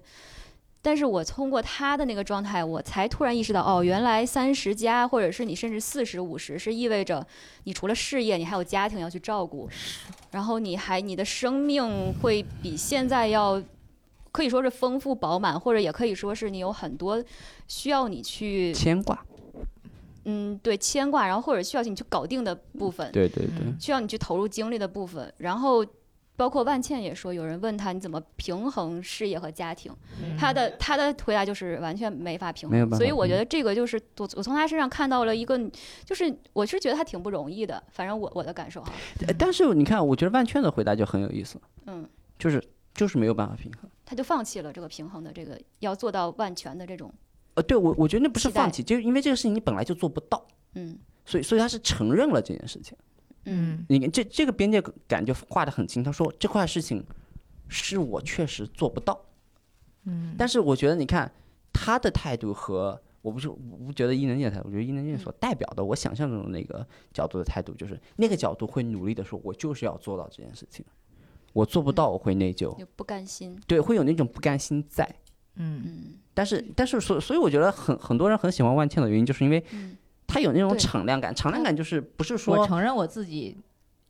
S3: 但是我通过他的那个状态，我才突然意识到，哦，原来三十加，或者是你甚至四十五十，是意味着你除了事业，你还有家庭要去照顾，然后你还你的生命会比现在要可以说是丰富饱满，或者也可以说是你有很多需要你去
S4: 牵挂，
S3: 嗯，对牵挂，然后或者需要你去搞定的部分，
S4: 对对对，
S3: 需要你去投入精力的部分，然后。包括万茜也说，有人问她你怎么平衡事业和家庭，
S5: 嗯
S3: 她的她的回答就是完全没法平
S4: 没有
S3: 衡。
S4: 办法嗯
S3: 所以我
S4: 平
S3: 觉得这个就是我我从她身上看到了一个，就是我是觉得她挺不容易的，反正我我的感受哈，
S4: 呃但是你看，我觉得万茜的回答就很有意思，
S3: 嗯，
S4: 就是就是没有办法平衡。
S3: 她就放弃了这个平衡的这个要做到万全的这种，
S4: 呃，对我我觉得那不是
S3: 期待
S4: 放弃，就是因为这个事情你本来就做不到，
S3: 嗯
S4: 所以所以他是承认了这件事情。
S3: 嗯
S4: 你看这这个边界感就画得很清，他说这块事情是我确实做不到，
S2: 嗯，
S4: 但是我觉得，你看他的态度和我不是我不觉得伊能静的态度，我觉得伊能静所
S2: 嗯
S4: 代表的，我想象中的那个角度的态度，就是那个角度会努力的说，我就是要做到这件事情，我做不到我会内
S5: 嗯
S4: 疚，
S3: 就不甘心。
S4: 对，会有那种不甘心在。
S2: 嗯
S3: 嗯
S4: 但是，但是，所所以我觉得很很多人很喜欢万茜的原因，就是因为
S3: 嗯，
S4: 他有那种
S3: 对
S4: 敞亮感。敞亮感就是不是
S2: 我
S4: 说
S2: 承认我自己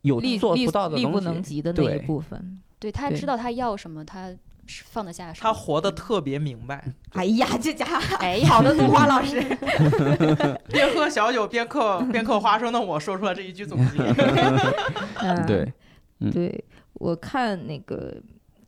S4: 有
S2: 力
S4: 做
S2: 力
S4: 不到的
S2: 力不
S4: 东
S2: 能
S4: 西，
S2: 及的那一
S4: 对
S2: 部分。
S3: 对他
S2: 对
S3: 知道他要什么，他是放得下什么。嗯
S5: 他活
S2: 嗯
S5: 得特别明白，
S2: 哎呀，这家伙
S3: 哎呀，
S2: 好的，杜啊华老师，
S5: 边喝小酒边嗑边嗑花生的我说出了这一句总结。
S2: 嗯
S4: 对，嗯
S2: 对我看那个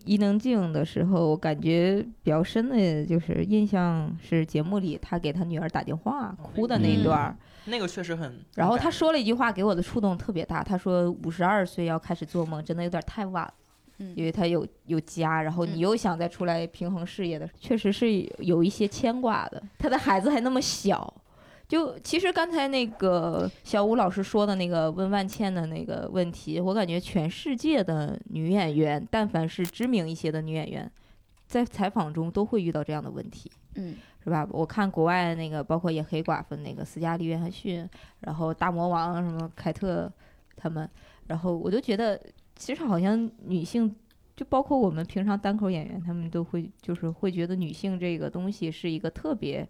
S2: 伊能静的时候，我感觉比较深的就是印象是节目里她给她女儿打电话哭的那一段儿，
S5: 那个确实很，
S2: 然后
S5: 很感
S2: 她
S5: 人
S2: 说了一句话给我的触动特别大，她说五十二岁要开始做梦，真的有点太晚了。
S3: 嗯
S2: 因为她有有家，然后
S3: 嗯
S2: 你又想再出来平衡事业的，确实是有一些牵挂的。她的孩子还那么小，就其实刚才那个小吴老师说的那个问万茜的那个问题，我感觉全世界的女演员，但凡是知名一些的女演员，在采访中都会遇到这样的问题。
S3: 嗯
S2: 是吧？我看国外那个，包括也黑寡妇那个斯嘉丽·约翰逊，然后大魔王什么凯特他们，然后我就觉得，其实好像女性，就包括我们平常单口演员，他们都会就是会觉得女性这个东西是一个特别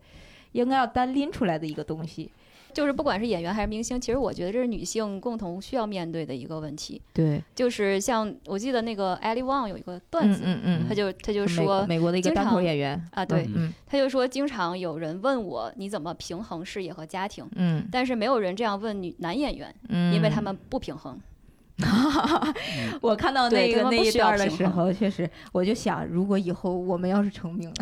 S2: 应该要单拎出来的一个东西。
S3: 就是不管是演员还是明星，其实我觉得这是女性共同需要面对的一个问题。
S2: 对，
S3: 就是像我记得那个艾利旺有一个段
S2: 嗯
S3: 子，
S2: 嗯嗯，
S3: 他就他就
S2: 美
S3: 说
S2: 美国的一个
S3: 经
S2: 单口
S3: 常
S2: 演员
S3: 啊对
S2: 嗯
S3: 他就说经常有人问我你怎么平衡事业和家庭，
S2: 嗯
S3: 但是没有人这样问女男演员，
S2: 嗯，
S3: 因 为他们不平衡。
S2: 我看到那
S3: 对
S2: 个
S3: 他们
S2: 那
S3: 不
S2: 一
S3: 需要
S2: 段儿的
S3: 平
S2: 时
S3: 衡
S2: 候，确实我就想，如果以后我们要是成名了。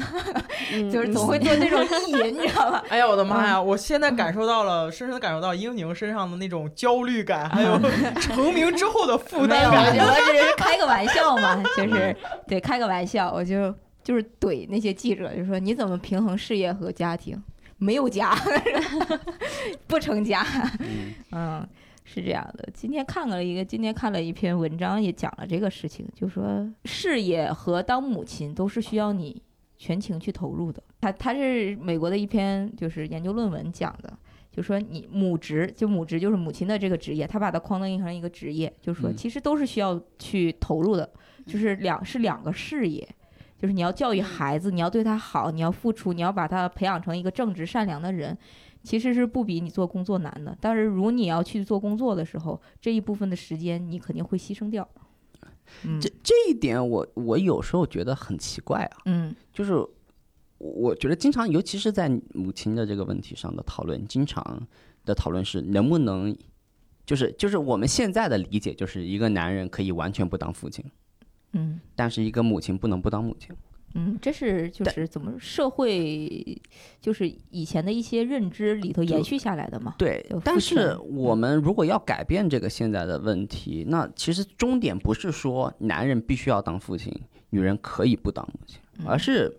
S3: 嗯
S2: 就是总会做这种意淫，你知道吧？
S5: 哎呀，我的妈
S2: 嗯
S5: 呀！我现在感受到了，深深的感受到英宁身上的那种焦虑感，还有 成名之后的负
S2: 嗯没有，
S5: 担
S2: 我
S5: 感。
S2: 我只是开个玩笑嘛，就是对开个玩笑，我就就是怼那些记者，就说你怎么平衡事业和家庭？没有家， 不成家，
S4: 嗯，
S2: 嗯，是这样的。今天看了一个，今天看了一篇文章，也讲了这个事情，就说事业和当母亲都是需要你全情去投入的。它它是美国的一篇就是研究论文讲的，就说你母职，就母职就是母亲的这个职业，他把它框定成一个职业，就是说
S4: 嗯
S2: 其实都是需要去投入的，就是两是两个事业。就是你要教育孩子，你要对他好，你要付出，你要把他培养成一个正直善良的人，其实是不比你做工作难的。但是如你要去做工作的时候，这一部分的时间你肯定会牺牲掉。嗯
S4: 这这一点我我有时候觉得很奇怪啊，
S2: 嗯
S4: 就是我我觉得经常，尤其是在母亲的这个问题上的讨论，经常的讨论是能不能，就是就是我们现在的理解就是一个男人可以完全不当父亲，
S2: 嗯
S4: 但是一个母亲不能不当母亲。
S2: 嗯，这是就是怎么说社会就是以前的一些认知里头延续下来的嘛。
S4: 对
S2: 有，
S4: 但
S2: 父
S4: 是
S2: 权嗯
S4: 我们如果要改变这个现在的问题，那其实终点不是说男人必须要当父亲，女人可以不当母亲，
S2: 嗯
S4: 而是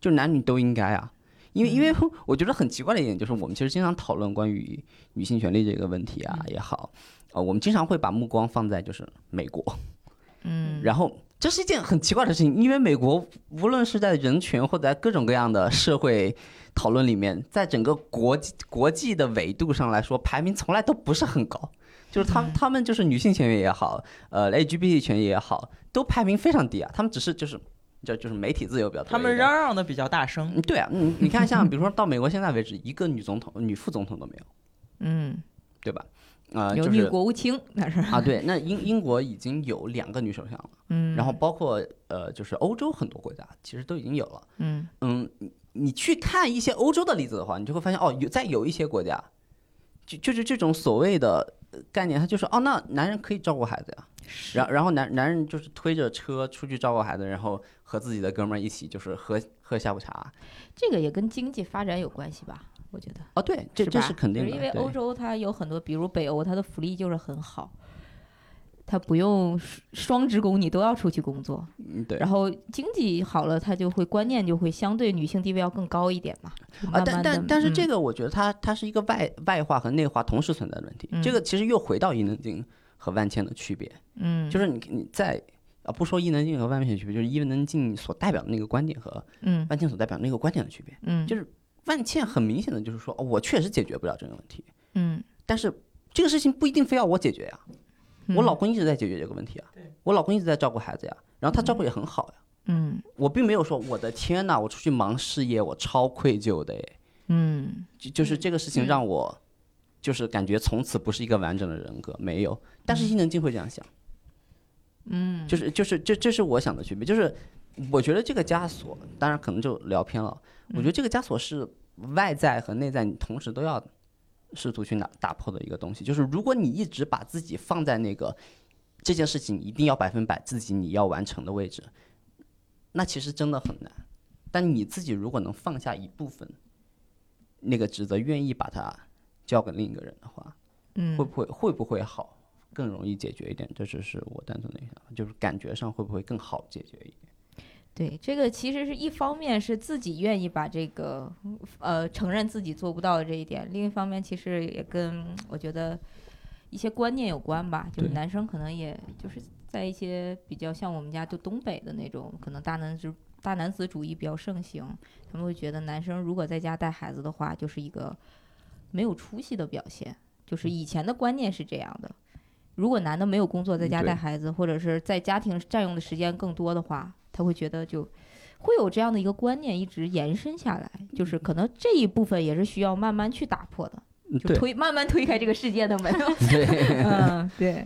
S4: 就男女都应该啊。因为因 为我觉得很奇怪的一点就是，我们其实经常讨论关于女性权利这个问题啊
S2: 嗯
S4: 也好，呃，我们经常会把目光放在就是美国，
S2: 嗯
S4: 然后这是一件很奇怪的事情，因为美国无论是在人权或者在各种各样的社会讨论里面，在整个国际国际的维度上来说，排名从来都不是很高。就是他们，他们就是女性权益也好，呃，LGBT 权益也好，都排名非常低啊。他们只是就是，就就是媒体自由表达。
S5: 他们嚷嚷的比较大声，
S4: 嗯，对啊，你你看，像比如说到美国现在为止，一个女总统、女副总统都没有，
S2: 嗯，
S4: 对吧？呃，
S2: 有
S4: 就
S2: 女
S4: 是
S2: 国务卿那是
S4: 啊，对，那英英国已经有两个女首相了。
S2: 嗯，
S4: 然后包括呃，就是欧洲很多国家其实都已经有了。
S2: 嗯
S4: 嗯，你你去看一些欧洲的例子的话，你就会发现哦，有在有一些国家，就就是这种所谓的呃概念，它就是哦，那男人可以照顾孩子呀，
S2: 是
S4: 然然后男男人就是推着车出去照顾孩子，然后和自己的哥们儿一起就是喝喝下午茶。
S2: 这个也跟经济发展有关系吧？我觉得。
S4: 哦，对，这
S2: 是
S4: 这
S2: 吧
S4: 是肯定
S2: 就是
S4: 的，
S2: 因为
S4: 对
S2: 欧洲它有很多，比如北欧，它的福利就是很好，它不用双双职工，你都要出去工作，
S4: 嗯对。
S2: 然后经济好了，它就会观念就会相对女性地位要更高一点嘛。就
S4: 啊，
S2: 慢
S4: 但
S2: 慢地
S4: 但但是这
S2: 嗯
S4: 个我觉得它它是一个外外化和内化同时存在的问题。这
S2: 嗯
S4: 个其实又回到伊能静和万茜的区别，
S2: 嗯，
S4: 就是是你你在啊，不说伊能静和万面的区别，就是伊能静所代表的那个观点和
S2: 嗯
S4: 万茜所代表的那个观点的区别。
S2: 嗯，
S4: 就是万茜很明显的就是说，哦我确实解决不了这个问题，
S2: 嗯，
S4: 但是这个事情不一定非要我解决呀、
S2: 嗯
S4: 我老公一直在解决这个问题啊，我老公一直在照顾孩子呀，然后他照顾也很好呀。
S2: 嗯
S4: 我并没有说我的天呐，我出去忙事业，我超愧疚的耶。
S2: 嗯
S4: 就就是这个事情让我，就是感觉从此不是一个完整的人格，没有。但是伊能静会这样想，
S2: 嗯，
S4: 就是就是这这是我想的区别，就是我觉得这个枷锁，当然可能就聊偏了。
S2: 嗯
S4: 我觉得这个枷锁是外在和内在你同时都要试图去打打破的一个东西。就是如果你一直把自己放在那个这件事情一定要百分百自己你要完成的位置，那其实真的很难。但你自己如果能放下一部分那个职责，愿意把它交给另一个人的话，
S2: 嗯
S4: 会不会会不会好，更容易解决一点？这只是我单纯的一个想法，就是感觉上会不会更好解决一点？
S2: 对，这个其实是一方面是自己愿意把这个呃承认自己做不到的这一点，另一方面其实也跟我觉得一些观念有关吧，就是
S4: 对
S2: 男生可能也就是在一些比较像我们家就东北的那种，可能大男子大男子主义比较盛行，他们会觉得男生如果在家带孩子的话，就是一个没有出息的表现，
S4: 嗯
S2: 就是以前的观念是这样的。如果男的没有工作，在家
S4: 嗯对
S2: 带孩子，或者是在家庭占用的时间更多的话，他会觉得就会有这样的一个观念一直延伸下来，就是可能这一部分也是需要慢慢去打破的，就
S4: 对
S2: 推慢慢推开这个世界 的门。
S4: 对，
S2: 嗯，对。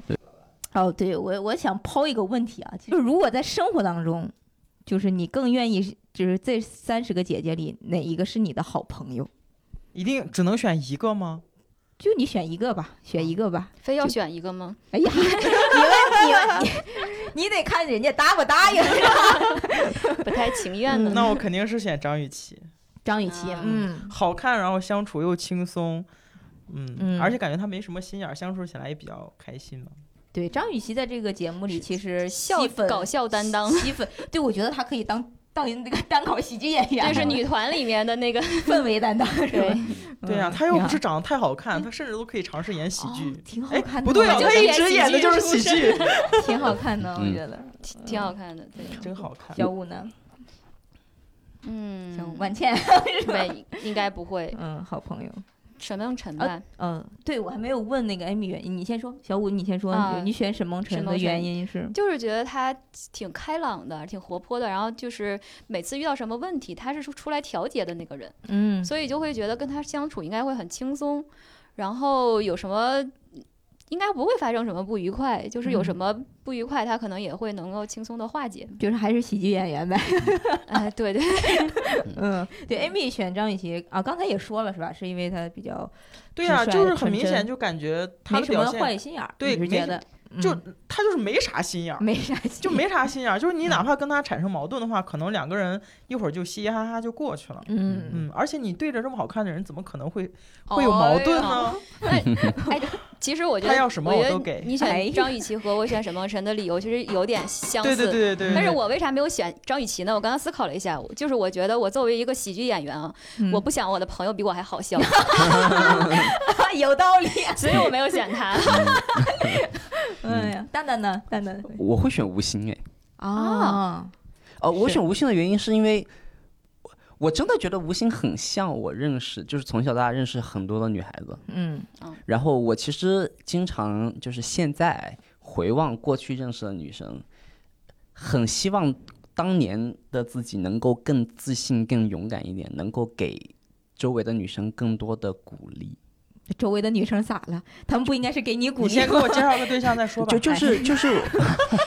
S2: 哦，对我我想抛一个问题啊，就是如果在生活当中，就是你更愿意是，就是这三十个姐姐里哪一个是你的好朋友？
S5: 一定只能选一 个吗？
S2: 就你选一个吧，选一个吧。
S3: 非要选一个吗？
S2: 哎呀， 你们你们你你得看人家答不答应。
S3: 不太情愿
S2: 嗯
S3: 的。
S5: 那我肯定是选张雨绮，
S2: 张雨绮，
S5: 啊
S2: 嗯
S5: 好看，然后相处又轻松，嗯，
S2: 嗯
S5: 而且感觉她没什么心眼儿，相处起来也比较开心嘛。
S2: 对，张雨绮在这个节目里其实
S3: 笑
S2: 吸粉
S3: 搞笑担当，
S2: 吸粉，对我觉得她可以当当那个单口喜剧演员，
S3: 这是女团里面的那个
S2: 氛围担当 是吧？
S5: 对呀、
S2: 嗯
S5: 她又不
S2: 呀
S5: 是长得太好看，她甚至都可以尝试演喜剧。
S2: 哦挺好
S5: 哎
S2: 看的。
S5: 不对啊，
S2: 我
S3: 就
S2: 觉得
S3: 是
S5: 她一
S3: 演
S5: 直
S3: 喜
S5: 演的
S3: 剧
S5: 就是
S3: 出
S5: 喜剧，
S2: 挺好看的，我
S4: 嗯
S2: 觉得
S3: 挺好看的，对，
S5: 真好看。
S2: 小五呢？
S3: 嗯，
S2: 小五万茜，
S3: 对，应该不会，
S2: 嗯，好朋友。
S3: 沈梦辰
S2: 啊
S3: 吧，
S2: 嗯，对我还没有问那个艾米原因，你先说，小五你先说，
S3: 啊
S2: 你选沈梦辰
S3: 沈
S2: 的
S3: 梦辰
S2: 原因是？
S3: 就是觉得他挺开朗的，挺活泼的，然后就是每次遇到什么问题，他是出出来调解的那个人，
S2: 嗯
S3: 所以就会觉得跟他相处应该会很轻松，然后有什么。应该不会发生什么不愉快，就是
S5: 嗯
S3: 有什么不愉快，他可能也会能够轻松的化 解。
S2: 就是还是喜剧演员呗，
S3: 哎，对对，
S2: 嗯， 对，Amy 选张雨绮啊，刚才也说了是吧？是因为她比较
S5: 对呀、
S2: 直率
S5: 就是很
S2: 纯
S5: 明
S2: 真
S5: 显就感觉她
S2: 没
S5: 的
S2: 什
S5: 表
S2: 么坏
S5: 现，
S2: 心眼儿，你
S5: 对
S2: 是
S5: 没
S2: 觉
S5: 什
S2: 得
S5: 就
S2: 嗯
S5: 她就是没啥心眼儿。
S2: 没啥心，
S5: 就没啥心眼儿，就是你哪怕跟他产生矛盾的话，可能两个人一会儿就嘻嘻哈哈就过去了。
S2: 嗯，
S5: 嗯，而且你对着这么好看的人，怎么可能会会
S3: 哦
S5: 有矛盾呢？
S3: 哎其实我觉得
S5: 他要什么
S3: 我
S5: 我
S3: 觉
S5: 都
S3: 得
S5: 给。
S3: 你
S2: 哎
S3: 选张雨绮和我选沈梦辰的理由其实有点相
S5: 对
S3: 似，
S5: 对对对对。
S3: 但是
S5: 对
S3: 我为啥没有选张雨绮呢？我刚刚思考了一下，我就是我觉得我作为一个喜剧演员啊，
S2: 嗯
S3: 我不想我的朋友比我还好笑，
S5: 嗯
S2: 有道理。
S3: 所以我没有选他。
S5: 嗯
S2: 哎呀，蛋蛋呢？蛋蛋
S4: 我会选吴昕哎，
S2: 啊，
S4: 呃，我
S2: 是
S4: 选吴昕的原因是因为我我真的觉得吴昕很像我认识，就是从小到大认识很多的女孩子。
S2: 嗯
S4: 然后我其实经常就是现在回望过去认识的女生，很希望当年的自己能够更自信、更勇敢一点，能够给周围的女生更多的鼓励。
S2: 周围的女生咋了？她们不应该是给你鼓
S5: 你
S2: 励吗？
S5: 先给我介绍个对象再说吧
S4: 就。就是就是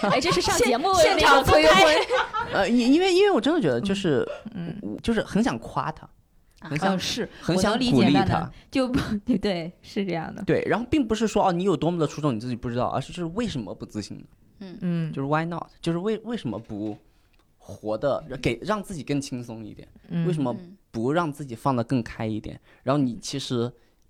S3: 哎，这是上
S2: 现
S3: 节目
S2: 现场催婚，
S4: 呃，因因为因为我真 的觉得就是
S2: 嗯，
S4: 我就是很想夸她，很
S2: 嗯
S4: 想
S2: 是，
S4: 很
S2: 我
S4: 想
S2: 能理
S4: 鼓
S2: 解
S4: 励
S2: 蛋
S4: 她
S2: 蛋，。就不 对对是这样的，
S4: 对，然后并不是说哦你有多么的出众你自己不知道，而是就是为什么不自信呢？
S2: 嗯
S4: 就是 why not？就是为为什么不活的给让自己更轻松一点？为什
S2: 么？
S4: 么
S3: 嗯
S4: 不让自己放得更开一点？然后你其实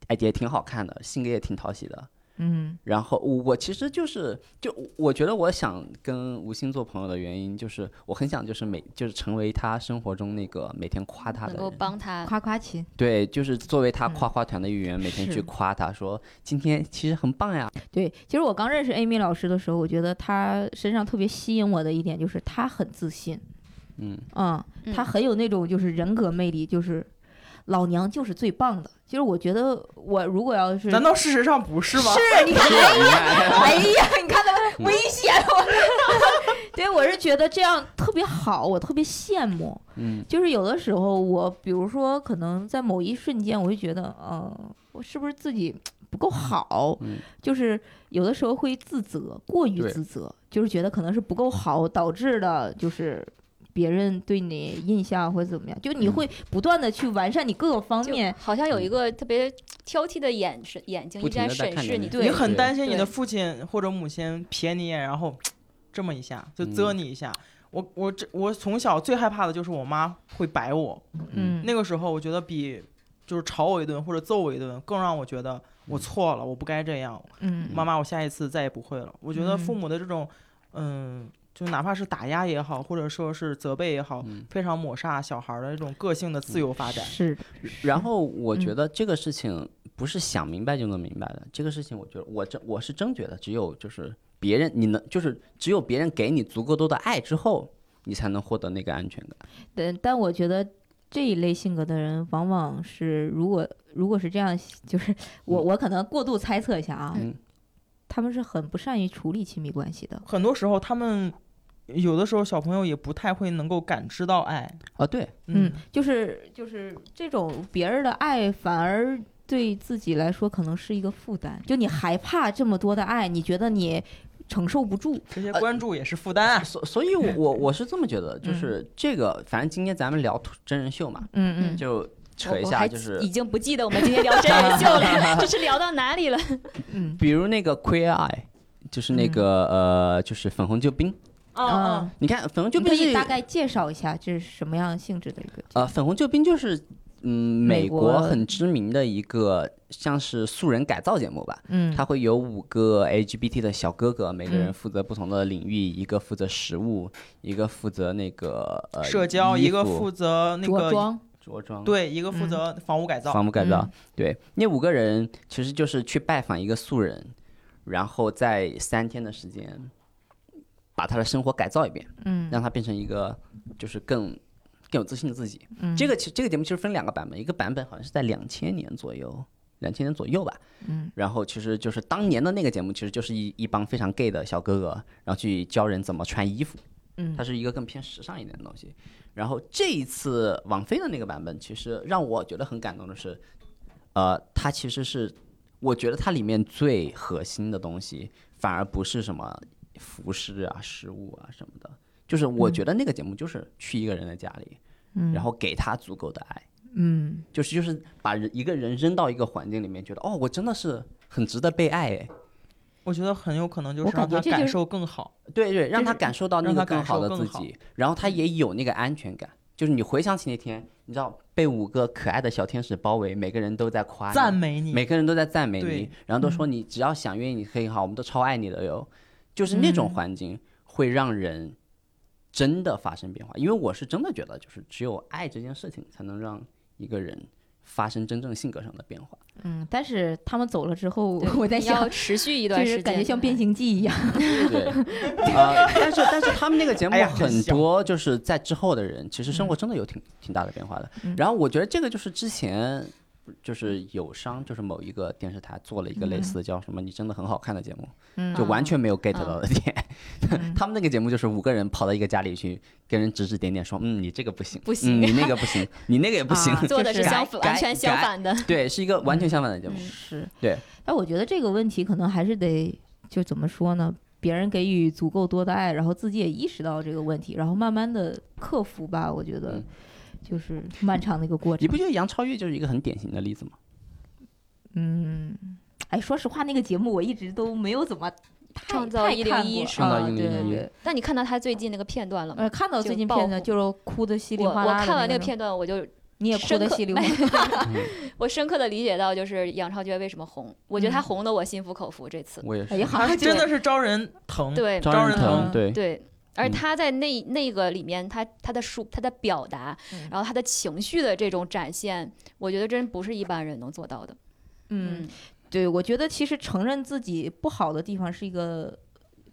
S4: 哎也挺好看的，性格也挺讨喜的，
S2: 嗯
S4: 然后我我其实就是就我觉得我想跟吴昕做朋友的原因，就是我很想就是每就是成为他生活中那个每天夸他的
S3: 能够
S4: 人，
S3: 帮他
S2: 夸夸琴，
S4: 对，就是作为他
S2: 嗯
S4: 夸夸团的一员，每天
S2: 是
S4: 去夸他说今天其实很棒呀，
S2: 对，其实我刚认识 Amy 老师的时候，我觉得她身上特别吸引我的一点就是她很自信，
S4: 嗯
S2: 嗯，
S3: 嗯
S2: 她很有那种就是人格魅力，就是老娘就是最棒的。其实我觉得我如果要是
S5: 难道事实上不是吗？
S2: 是你看，
S4: 你看
S2: 哎呀，你看他们危险我。 对，我是觉得这样特别好，我特别羡慕。
S4: 嗯
S2: 就是有的时候，我比如说，可能在某一瞬间，我会觉得，嗯、我是不是自己不够好？
S4: 嗯
S2: 就是有的时候会自责，过于
S4: 对
S2: 自责，就是觉得可能是不够好导致的，就是。别人对你印象或者怎么样，就你
S4: 嗯
S2: 会不断的去完善你各个方
S3: 就
S2: 面，
S3: 好像有一个特别挑剔的眼神眼睛一
S4: 不
S3: 直在
S4: 停地在
S3: 审
S4: 看着
S3: 视你
S4: 你，
S2: 对
S5: 你很担心你
S3: 对
S5: 的父亲或者母亲瞥你一眼，然后这么一下就啧
S4: 嗯
S5: 你一下。我我这我从小最害怕的就是我妈会白我，
S2: 嗯，
S5: 那个时候我觉得比就是吵我一顿或者揍我一顿更让我觉得我错了，我不该这样。
S2: 嗯
S5: 妈妈，我下一次再也不会了。我觉得
S2: 嗯
S5: 父母的这种，嗯，就哪怕是打压也好，或者说是责备也好，
S4: 嗯。
S5: 非常抹杀小孩儿的这种个性的自由发展。
S2: 是，
S4: 然后我觉
S2: 嗯
S4: 得这个事情不是想明白就能明白的，这个事情我觉得我真我是真觉得只有就是别人你能就是只有别人给你足够多的爱之后，你才能获得那个安全感。
S2: 但但我觉得这一类性格的人，往往是如果如果是这样， 就是我我可能过度猜测一下啊，
S4: 嗯
S2: 他们是很不善于处理亲密关系的。
S5: 很多时候，他们有的时候小朋友也不太会能够感知到爱。
S4: 啊，对，
S2: 嗯，就是就是这种别人的爱，反而对自己来说可能是一个负担。就你害怕这么多的爱，你觉得你承受不住。
S5: 这些
S4: 呃
S5: 关注也是负担啊。
S4: 所所以我，我我是这么觉得，
S3: 嗯
S4: 就是这个，反正今天咱们聊真人秀嘛，
S2: 嗯
S4: 就扯
S3: 我
S4: 一
S3: 我
S4: 下，
S3: 还
S4: 就是
S3: 已经不记得我们今天聊真人秀了， 这是聊到哪 里了？
S2: 嗯
S4: 比如那个 Queer Eye，就是
S3: 嗯
S4: 那个、呃，就是粉红救兵。
S3: 哦
S2: 嗯
S5: 嗯，
S4: 你看粉红
S2: 你
S4: 救
S2: 可
S4: 兵
S2: 以
S4: 是
S2: 大概介绍一下这是什么样性质的一个？
S4: 呃，粉红救兵就是嗯，
S2: 美
S4: 美
S2: 国
S4: 国很知名的一个像是素人改造节目吧。
S2: 嗯
S4: 它会有五个 LGBT 的小哥哥，每个
S2: 嗯
S4: 人负责不同的领域，一个负责食物，一个负责那个呃
S5: 社交
S4: 衣
S5: 一个
S4: 服
S5: 负责那
S2: 着
S5: 个
S2: 装，
S4: 着装，
S5: 对，一个负责房屋改造。
S4: 房屋改造。
S2: 嗯
S4: 对，那五个人其实就是去拜访一个素人，然后在三天的时间把他的生活改造一遍，
S2: 嗯
S4: 让他变成一个就是更更有自信的自己。
S2: 嗯
S4: 这个其这个节目其实分两个版本，一个版本好像是在两千年左右，两千年左右吧。
S2: 嗯，
S4: 然后其实就是当年的那个节目，其实就是一一帮非常 gay 的小哥哥，然后去教人怎么穿衣服。
S2: 嗯
S4: 它是一个更偏时尚一点的东西。然后这一次王菲的那个版本，其实让我觉得很感动的是，呃，它其实是我觉得它里面最核心的东西，反而不是什么服饰啊、食物啊什么的，就是
S5: 嗯
S4: 我觉得那个节目就是去一个人的家里，
S2: 嗯
S4: 然后给他足够的爱，
S2: 嗯
S4: 就是就是把人一个人扔到一个环境里面，觉得哦，我真的是很值得被爱哎。
S5: 我觉得很有可能就
S2: 我
S5: 是让
S2: 感觉
S5: 他
S2: 这就
S5: 感
S2: 是
S5: 受更好。
S4: 对对，让
S5: 就
S4: 他
S5: 是
S4: 感受到那
S5: 让
S4: 个
S5: 他感
S4: 更好
S5: 受
S4: 的
S5: 更
S4: 自
S5: 好
S4: 己，然后他也有那个安全感。就是你回想起那天，你知道被五个可爱的小天使包围，每个人都在夸你，
S5: 赞美你，
S4: 每个人都在赞美你
S5: 对，嗯
S4: 然后都说你只要想愿意你可以好，我们都超爱你的哟。就是那种
S2: 嗯
S4: 环境会让人真的发生变化，因为我是真的觉得，就是只有爱这件事情才能让一个人发生真正性格上的变化。
S2: 嗯，但是他们走了之后，
S3: 对
S2: 我在
S3: 你
S2: 想
S3: 要，持续一
S2: 就
S3: 段时
S2: 是
S3: 间，
S2: 感觉像变形记一样。
S4: 对，呃，但是但是他们那个节目
S5: 哎呀真
S4: 很
S5: 香
S4: 多就是在之后的人，其实生活真的有挺挺大的变化的。然后我觉得这个就是之前就是友商，就是某一个电视台做了一个类似的叫什么“你真的很好看”的节目，
S2: 嗯
S4: 就完全没有 get
S3: 啊
S4: 到的点。 他们那个节目就是五个人跑到一个家里去跟人指指点点说，嗯，你这个不行，
S3: 不行
S4: 嗯你那个不行，你那个也不行
S2: 啊。
S3: 做的
S2: 就是是
S3: 相反，
S4: 改
S3: 完全相
S4: 改
S3: 反的。
S4: 对，是一个完全相反的节目。
S2: 是，
S4: 对。
S2: 但我觉得这个问题可能还是得就怎么说呢？别人给予足够多的爱，然后自己也意识到这个问题，然后慢慢的克服吧。我觉得
S4: 嗯
S2: 就是漫长的一个过
S4: 你
S2: 程
S4: 不。觉得杨超越就是一个很典型的例子吗？
S2: 嗯，哎，说实话，那个节目我一直都没有怎么太
S3: 创造
S2: 太
S3: 101
S2: 看过
S3: 是
S4: 创造
S2: 啊
S4: 101
S2: 对对对。
S3: 但你看到他最近那个片段了吗？
S2: 呃，看到
S3: 就
S2: 最近
S3: 爆
S2: 片段
S3: 火
S2: 就是哭的稀里
S3: 我
S2: 哗
S3: 我
S2: 啦的
S3: 看完
S2: 那
S3: 那个
S2: 种
S3: 片段，我就
S2: 你也哭
S3: 深
S2: 得
S3: 刻
S2: 稀里
S3: 没
S2: 糊 涂。
S3: 我深刻的理解到，就是杨超越为什么红，我觉得她
S2: 嗯
S3: 红的我心服口服。这次，
S4: 我也是
S2: 哎。呀，好
S5: 他
S2: 像
S5: 是真的是招人疼。哦
S3: 对
S5: 招
S4: 嗯张
S5: 人
S4: 腾
S2: 疼
S4: 对
S3: 对，而
S4: 嗯
S3: 她在那那个里面，她她的书，她的表达，
S2: 嗯
S3: 然后她的情绪的这种展现，我觉得真不是一般人能做到的。
S2: 嗯，，对，我觉得其实承认自己不好的地方是一个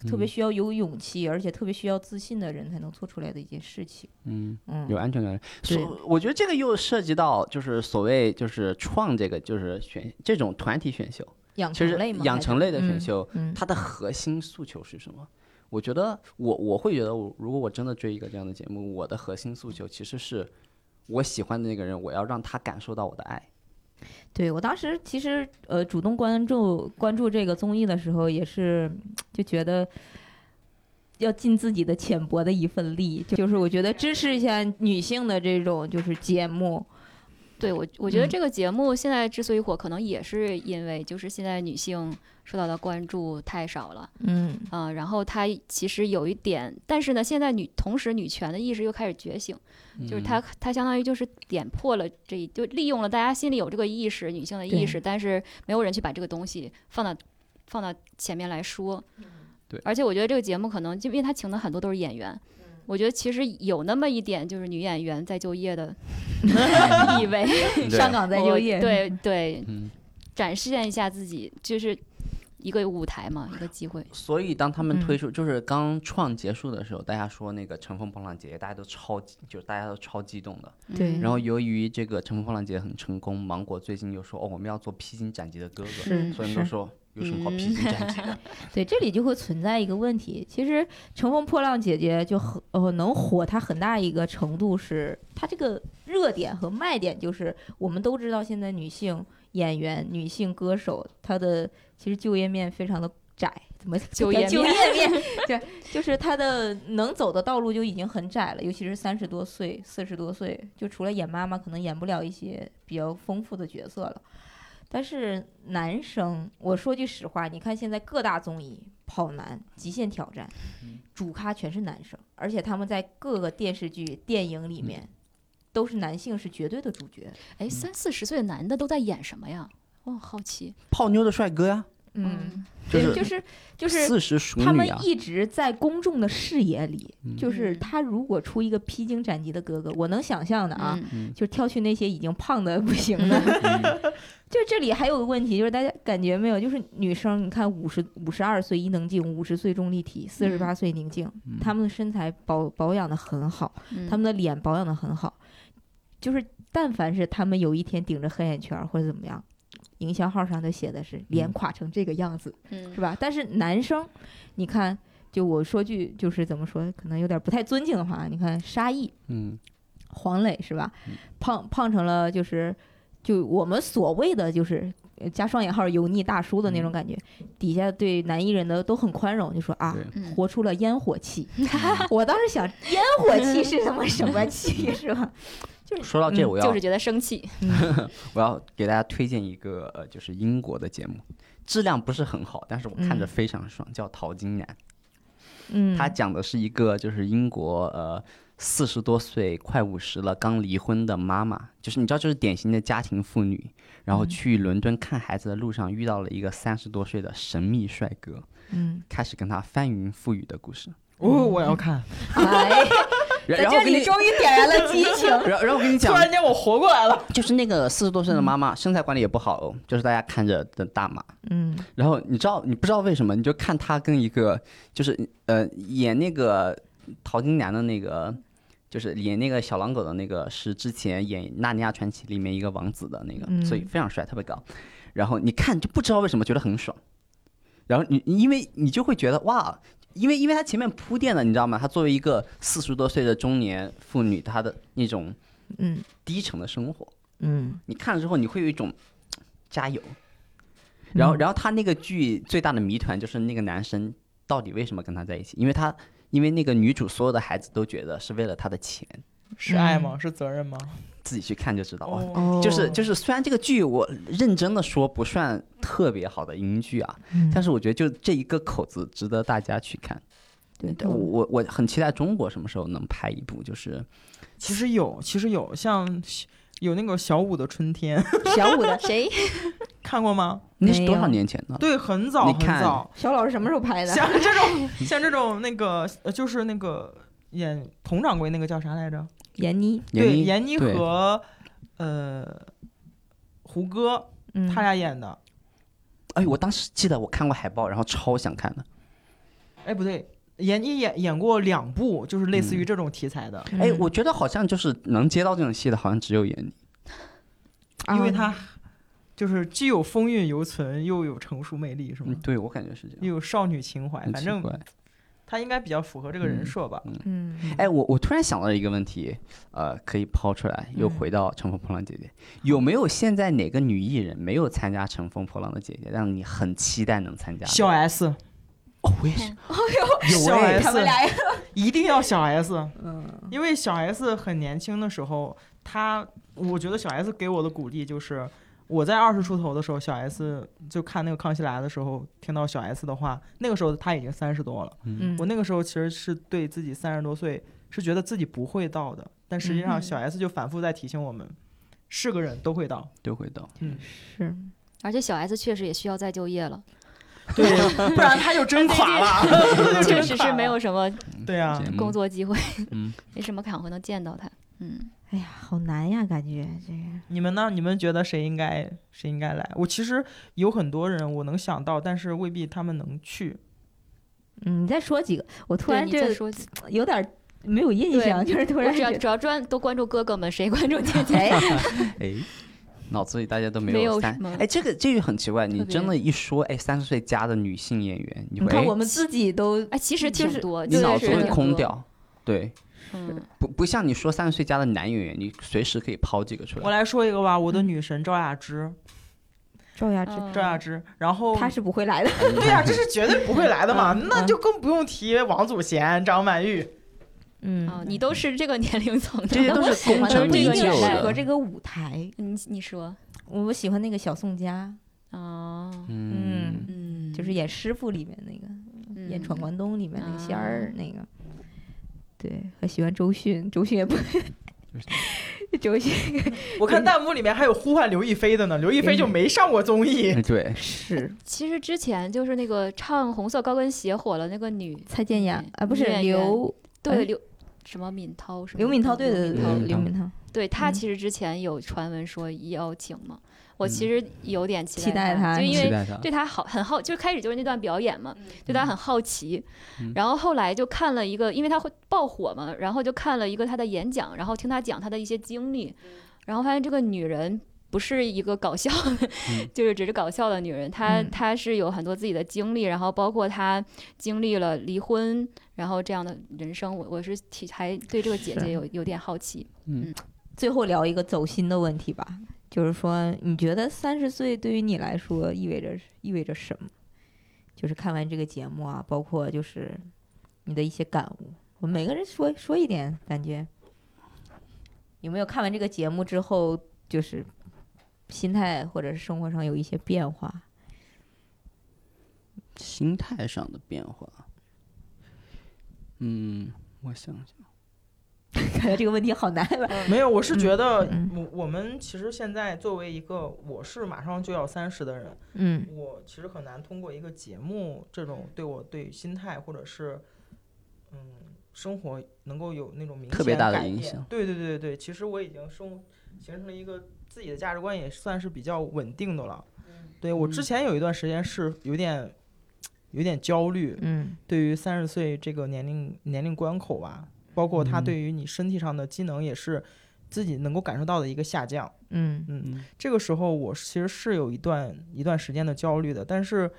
S2: 特别
S4: 嗯
S2: 需要有勇气，而且特别需要自信的人才能做出来的一件事情。
S4: 嗯，
S2: 嗯，
S4: 有安全感。
S2: 对
S4: 所我觉得这个又涉及到就是所谓就是创这个就是选这种团体选秀，
S2: 养
S4: 其
S2: 成
S4: 实
S2: 类嘛，
S4: 养
S2: 还是
S4: 成类的选，秀，
S2: 嗯
S4: 它的核心诉求是什么？我觉得我我会觉得我，如果我真的追一个这样的节目，我的核心诉求其实是我喜欢的那个人，我要让他感受到我的爱。
S2: 嗯对我当时其实呃主动关注关注这个综艺的时候，也是就觉得。要尽自己的浅薄的一份力，就是我觉得支持一下女性的这种就是节目，
S3: 对我，我觉得
S2: 嗯
S3: 这个节目现在之所以火，可能也是因为就是现在女性受到的关注太少了
S2: 嗯，
S3: 啊、然后它其实有一点，但是呢，现在女同时女权的意识又开始觉醒，
S2: 嗯
S3: 就是它它相当于就是点破了这一，就利用了大家心里有这个意识，女性的意
S2: 对
S3: 识，但是没有人去把这个东西放到放到前面来说。
S2: 嗯
S4: 对
S3: 而且我觉得这个节目可能，就因为它请的很多都是演员。
S2: 嗯
S3: 我觉得其实有那么一点，就是女演员在就 业的意味，
S4: 啊
S2: 上岗再就
S3: 我
S2: 业，
S3: 对对，
S4: 嗯
S3: 展现一下自己，就是一个舞台嘛，一个机会。
S4: 所以当他们
S2: 嗯
S4: 推出，就是刚创结束的时候，大家说那个《乘风破浪姐姐》，大家都超级，就是大家都超激动的。
S2: 对
S3: 嗯
S4: 然后由于这个《乘风破浪姐姐》很成功，芒果最近又说哦，我们要做披荆斩棘的哥哥，
S2: 是
S4: 所以
S2: 是嗯
S4: 都说有什么好披荆斩 棘的？
S2: 对，这里就会存在一个问题。其实《乘风破浪姐姐》就很呃能火，它很大一个程度是它这个热点和卖点，就是我们都知道现在女性演员、女性歌手，她的其实就业面非常的窄，怎么
S3: 就
S2: 叫
S3: 业
S2: 就业
S3: 面
S2: 面 对，就是她的能走的道路就已经很窄了，尤其是三十多岁、四十多岁，就除了演妈妈，可能演不了一些比较丰富的角色了。但是男生，我说句实话，你看现在各大综艺跑男、极限挑战，主咖全是男生，而且他们在各个电视剧、电影里面。都是男性是绝对的主角，
S3: 哎，三四十岁的男的都在演什么呀？我很好奇。
S4: 泡妞的帅哥呀、
S2: 嗯，
S4: 就
S2: 对，
S4: 是
S2: 就是就是
S4: 四十熟
S2: 他们
S4: 女啊，
S2: 一直在公众的视野里，就是
S3: 嗯
S2: 他如果出一个披荆斩棘的哥哥，我能想象的啊，
S3: 嗯，
S2: 就挑去那些已经胖的不行的，
S4: 嗯
S2: 就是这里还有个问题，就是大家感觉没有，就是女生，你看五十五十二岁伊能静，五十岁钟丽缇，
S3: 嗯
S2: 四十八岁宁静，
S4: 嗯
S2: 她们的身材保保养的很好，
S3: 嗯
S2: 她们的脸保养的很好，就是但凡是她们有一天顶着黑眼圈儿或者怎么样，营销号上都写的是脸垮成这个样子，
S3: 嗯
S2: 是吧？但是男生，你看，就我说句就是怎么说，可能有点不太尊敬的话，你看沙溢，
S4: 嗯，
S2: 黄磊是吧？胖胖成了就是就我们所谓的就是呃加双引号油腻大叔的那种感觉，底下对男艺人的都很宽容，就说啊
S4: 对。
S3: 嗯
S2: 活出了烟火 气，我当时想，烟火气是什么什么气是吧？
S4: 说到这，
S2: 嗯
S4: 我要、
S3: 就是觉得生气，
S4: 我要给大家推荐一个呃，就是英国的节目，质量不是很好，但是我看着
S2: 嗯
S4: 非常爽，叫《淘金男》。
S2: 嗯，
S4: 他讲的是一个就是英国呃四十多岁快五十了刚离婚的妈妈，就是你知道就是典型的家庭妇女，然
S2: 嗯
S4: 后去伦敦看孩子的路上遇到了一个三十多岁的神秘帅哥，
S2: 嗯，
S4: 开始跟他翻云覆雨的故事。
S5: 哦，我要看。
S2: 哎，
S4: 然
S2: 在
S4: 然后
S2: 这
S4: 我给你
S2: 里，终于点燃了激情，
S4: 然后然后我跟你
S5: 突
S4: 讲，
S5: 然间我活过来了，
S4: 就是那个四十多岁的妈妈，身材管理也不好哦，就是大家看着的大妈。
S2: 嗯
S4: 然后你知道，你不知道为什么，你就看他跟一个就是呃演那个陶金娘的那个，就是演那个小狼狗的那个，是之前演《纳尼亚传奇》里面一个王子的那个，
S2: 嗯
S4: 所以非常帅，特别高。然后你看就不知道为什么觉得很爽，然后你因为你就会觉得哇。因为因为他前面铺垫了，你知道吗？他作为一个四十多岁的中年妇女，她的那种
S2: 嗯
S4: 低沉的生活，
S2: 嗯，
S4: 你看了之后，你会有一种加油。
S2: 嗯
S4: 然后，然后他那个剧最大的谜团就是那个男生到底为什么跟他在一起？因为他，因为那个女主所有的孩子都觉得是为了他的钱，
S2: 嗯
S5: 是爱吗？是责任吗？
S4: 自己去看就知道了。
S2: 哦
S4: 就是就是，虽然这个剧我认真的说不算特别好的英剧啊，
S2: 嗯
S4: 但是我觉得就这一个口子值得大家去看。
S2: 对
S4: 我我我很期待中国什么时候能拍一部，就是
S5: 其实有，其实有，像有那个小五的春天，
S2: 小五的
S3: 谁？
S5: 看过吗？
S4: 那是多少
S2: 没有
S4: 年前的？
S5: 对，很早
S4: 你
S5: 很
S4: 看
S5: 早，
S2: 小老师什么时候拍的？
S5: 像这种像这种那个呃就是那个演佟掌柜那个叫啥来着？
S2: 闫妮，
S5: 对，
S4: 妮
S5: 闫妮
S4: 对
S5: 和呃胡歌
S2: 嗯，
S5: 他俩演的。
S4: 哎，我当时记得我看过海报，然后超想看的。
S5: 哎，不对，闫妮演演过两部，就是类
S4: 嗯
S5: 似于这种题材的，
S2: 嗯
S4: 哎，我觉得好像就是能接到这种戏的，好像只有闫妮。
S2: 嗯
S5: 因为
S2: 啊
S5: 她就是既有风韵犹存，又有成熟魅力，是吗
S4: 嗯，？对我感觉是这样。
S5: 又有少女情怀，
S4: 很
S5: 反
S4: 奇
S5: 正嗯
S4: 怪
S5: 她应该比较符合这个人设吧。
S2: 嗯，
S4: 哎，我我突然想到了一个问题，呃，可以抛出来，又
S2: 嗯
S4: 回到《乘风破浪姐姐》有没有现在哪个女艺人没有参加《乘风破浪的姐姐》，让你很期待能参加的？
S5: 小 S
S4: 哦，我也 是，
S5: 小
S4: 有哎，
S2: 他们俩
S5: 一定要小 S，因为小 S 很年轻的时候，她我觉得小 S 给我的鼓励就是，我在二十出头的时候，小 S 就看那个《康熙来了》的时候，听到小 S 的话，那个时候她已经三十多了。
S2: 嗯
S5: 我那个时候其实是对自己三十多岁是觉得自己不会到的，但实际上
S2: 嗯
S5: 小 S 就反复在提醒我们，是个人都会 到。
S4: 都会到。
S2: 是
S3: 而且小 S 确实也需要再就业 了，
S5: 对， 不然她就真垮了，
S3: 确实是没 有什
S4: 嗯
S3: 么
S5: 对啊
S4: 节目
S3: 工作机会，
S4: 嗯
S3: 没什么场合能见到她。嗯，
S2: 哎呀，好难呀，感觉这个
S5: 你们呢？你们觉得谁应该谁应该来？我其实有很多人我能想到，但是未必他们能去。
S2: 嗯，你再说几个，我突
S3: 对
S2: 然
S3: 你再
S2: 这
S3: 说几，
S2: 有点儿没有印象，就是突
S3: 我
S2: 然
S3: 只要
S2: 觉得
S3: 只要专都关注哥哥们，谁关注姐姐？
S2: 哎，
S4: 哎，脑子里大家都没
S3: 没有
S4: 三
S3: 什么。
S4: 哎，这个这个很奇怪，你
S3: 特别
S4: 真的一说，哎，三十岁加的女性演员，
S2: 你
S4: 你会
S2: 看
S4: 哎
S2: 我们自己都
S3: 哎，其实
S2: 就
S3: 挺
S2: 是
S3: 多，
S4: 你
S3: 确
S4: 脑
S3: 实
S4: 子会
S3: 挺多
S4: 空。掉。对，
S3: 嗯，
S4: 不不像你说三十岁加的男演员，你随时可以抛几个出
S5: 我
S4: 来。
S5: 来说一个吧，
S2: 嗯
S5: 我的女神赵雅芝，
S2: 赵雅芝，
S3: 嗯
S5: 赵雅芝，然后
S2: 她是不会来的，
S5: 对
S4: 啊
S5: 呀、这是绝对不会来的嘛，
S2: 嗯
S5: 那就更不用提王祖贤、张曼玉。
S3: 哦
S2: 嗯，，
S3: 你都是这个年 龄层的，
S4: 这些都是功
S2: 我
S4: 成
S2: 不一
S4: 名
S2: 定
S4: 就
S2: 适合
S4: 的。
S2: 这个舞台，
S3: 你你说
S2: 我喜欢那个小宋佳，
S3: 哦，
S2: 嗯，
S3: 嗯，
S2: 就是演师傅里面那个，
S3: 嗯
S2: 演《闯关东》里面那个仙儿
S3: 啊
S2: 那个，对，还喜欢周迅，周迅 也不。周迅
S5: 我看弹幕里面还有呼唤刘亦菲的呢，刘亦
S2: 嗯
S5: 菲就没上过综艺。
S4: 哎对，
S2: 是
S3: 其实之前就是那个唱红色高跟鞋火了那个女，
S2: 蔡健雅啊，不是
S3: 女演员
S2: 刘哎
S3: 对刘什么敏涛什么
S2: 刘敏涛，对对对
S3: 刘
S2: 对，
S3: 敏涛
S2: 刘敏涛，
S3: 对她
S2: 嗯
S3: 其实之前有传闻说邀请嘛，我其
S4: 嗯
S3: 实有点期
S2: 期待
S3: 她，
S2: 她
S3: 就因
S4: 期
S3: 为
S4: 待他。
S3: 对他好很好，就是开始就是那段表演嘛，对他很好奇，
S4: 嗯
S3: 然后后来就看了一个，因为他会爆火嘛，然后就看了一个他的演讲，然后听他讲他的一些经历，然后发现这个女人。不是一个搞笑的，就是只是搞笑的女人。她
S2: 嗯
S3: 她是有很多自己的经历，然后包括她经历了离婚，然后这样的人生，我我是挺还对这个姐
S2: 是
S3: 姐有有点好奇。
S2: 最后聊一个走心的问题吧，就是说，你觉得三十岁对于你来说意味着意味着什么？就是看完这个节目啊，包括就是你的一些感悟，我们每个人说说一点感觉。有没有看完这个节目之后，就是心态或者是生活上有一些变化？
S4: 心态上的变化。嗯，我想想，
S2: 感觉这个问题好难啊吧？
S5: 没有，我是觉得
S2: 嗯
S5: 我我们其实现在作为一个我是马上就要三十的人，
S2: 嗯
S5: 我其实很难通过一个节目这种对我对心态或者是嗯生活能够有那种明显
S4: 特别大的
S5: 改
S4: 影
S5: 变
S4: 响。
S5: 对对对对，其实我已经生形成了一个自己的价值观，也算是比较稳定的了。对我
S4: 嗯
S5: 之前有一段时间是有点有点焦虑，
S2: 嗯
S5: 对于三十岁这个年龄年龄关口吧，包括它
S4: 嗯
S5: 对于你身体上的机能也是自己能够感受到的一个下降。
S2: 嗯
S5: 嗯，这个时候我其实是有一段一段时间的焦虑的，但是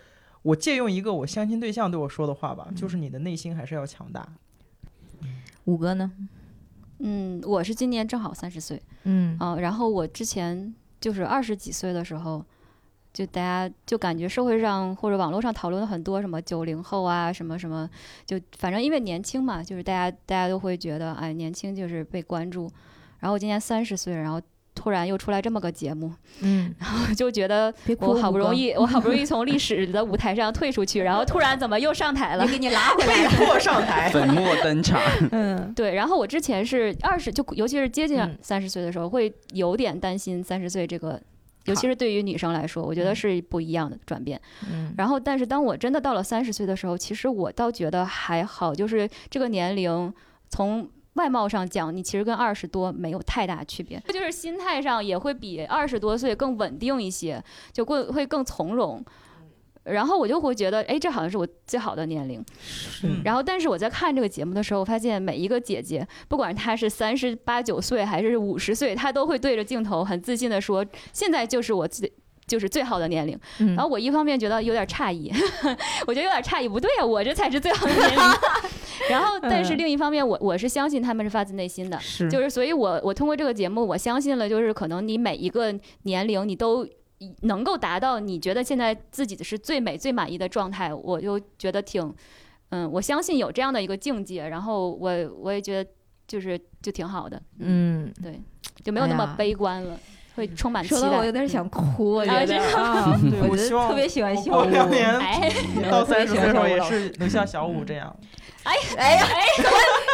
S5: 我借用一个我相亲对象对我说的话吧，就是你的内心还是要强大。
S2: 五哥呢？
S3: 嗯，我是今年正好三十岁，
S2: 嗯
S3: 啊，然后我之前就是二十几岁的时候，就大家就感觉社会上或者网络上讨论了很多什么九零后啊，什么什么，就反正因为年轻嘛，就是大家大家都会觉得哎，年轻就是被关注。然后我今年三十岁，然后突然又出来这么个节目，
S2: 嗯，
S3: 就觉得
S2: 别哭，
S3: 我好不容
S2: 易。
S3: 易，我好不容易从历史的舞台上退出去，然后突然怎么又上台了
S2: 也？给你拉回来了。
S5: 破上 台，
S4: 粉墨登场，
S2: 嗯，
S3: 对，然后我之前是二十，就尤其是接近
S2: 嗯
S3: 三十岁的时候，会有点担心三十岁这个，尤其是对于女生来说，我觉
S2: 嗯
S3: 得是不一样的转变。
S2: 嗯
S3: 然后，但是当我真的到了三十岁的时候，其实我倒觉得还好，就是这个年龄从。外貌上讲，你其实跟二十多没有太大区别，就是心态上也会比二十多岁更稳定一些，就会会更从容。然后我就会觉得，哎，这好像是我最好的年龄。
S5: 嗯
S3: 然后，但是我在看这个节目的时候，我发现每一个姐姐，不管她是三十八九岁还是五十岁，她都会对着镜头很自信的说：“现在就是我自己。”就是最好的年龄，
S2: 嗯
S3: 然后我一方面觉得有点诧异， 我觉得有点诧异，不对啊，我这才是最好的年 龄。然后，但是
S2: 嗯
S3: 另一方面，我我是相信他们是发自内心的，
S2: 是
S3: 就是所以我我通过这个节目，我相信了，就是可能你每一个年龄你都能够达到你觉得现在自己是最美最满意的状态，我就觉得挺，嗯，我相信有这样的一个境界，然后我我也觉得就是就挺好的，，
S2: 嗯，
S3: 就没有那
S2: 哎呀
S3: 么悲观了，会充满期
S2: 说到我有
S3: 待。嗯
S2: 点想哭，我觉
S3: 啊
S2: 得
S3: 真
S2: 啊，
S5: 对
S2: 我 觉
S5: 我
S2: 得
S5: 希望
S2: 特别喜欢
S5: 我
S2: 小
S5: 过
S2: 五，
S5: 两年
S3: 哎，
S5: 到
S2: 我特别
S5: 三十
S2: 喜
S5: 岁
S2: 欢
S5: 的时
S2: 小五
S5: 候也
S2: 了
S5: 是能像小五这样，
S2: 哎呀，怎么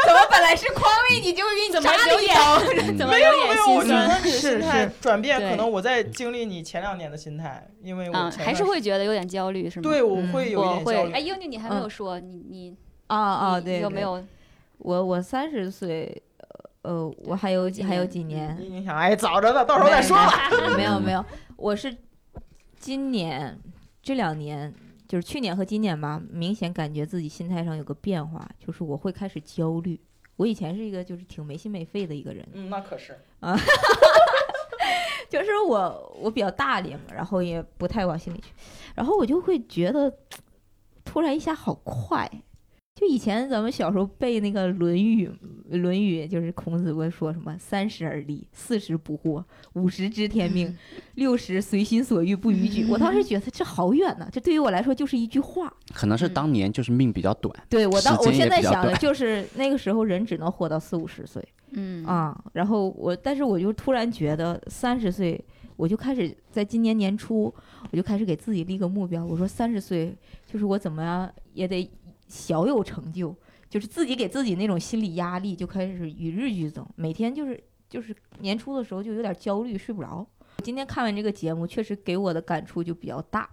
S2: 怎么本来是宽慰你，结果给你
S3: 怎么
S2: 扎了
S3: 留
S2: 一
S3: 言
S2: 刀？
S3: 怎
S4: 嗯
S3: 么有点
S5: 哎我
S3: 心
S5: 觉得
S3: 酸？
S5: 你的
S2: 是
S5: 心态
S2: 是
S5: 转变，可
S3: 对
S5: 能我在经历你前两年的心态，因为我
S3: 嗯，
S5: 前
S3: 还
S5: 段
S3: 是
S5: 时
S3: 会觉得有点焦虑，是吗？
S5: 对我
S2: 嗯
S5: 会有
S3: 我
S5: 一点焦
S3: 会。哎，
S5: 虑。
S3: 英宁，你还没有说，你你
S2: 啊啊，嗯
S3: 你
S2: 对，
S3: 有
S2: 对
S3: 没？有？
S2: 我我三十岁，呃，我还有几还有几
S3: 嗯
S2: 年，
S5: 你想，哎，早着呢，到时候再说吧。
S2: 没有没有，我是今年这两年，就是去年和今年吧，明显感觉自己心态上有个变化，就是我会开始焦虑。我以前是一个就是挺没心没肺的一个人，
S5: 嗯，那可是，
S2: 就是我我比较大咧嘛，然后也不太往心里去，然后我就会觉得突然一下好快。就以前咱们小时候背那个《论语》，《论语》就是孔子会说什么“三十而立，四十不惑，五十知天命，六十随心所欲不逾矩”。我当时觉得这好远呢、这对于我来说就是一句话。
S4: 可能是当年就是命比较短，
S2: 对我当
S4: 时
S2: 我
S4: 间也
S2: 现在
S4: 比较
S2: 想的
S4: 短
S2: 就是那个时候人只能活到四五十岁，
S3: 嗯，
S2: 啊，然后我，但是我就突然觉得三十岁，我就开始在今年年初，我就开始给自己立个目标，我说三十岁就是我怎么样也得小有成就，就是自己给自己那种心理压力就开始与日俱增，每天就是就是年初的时候就有点焦虑，睡不着。今天看完这个节目，确实给我的感触就比较大，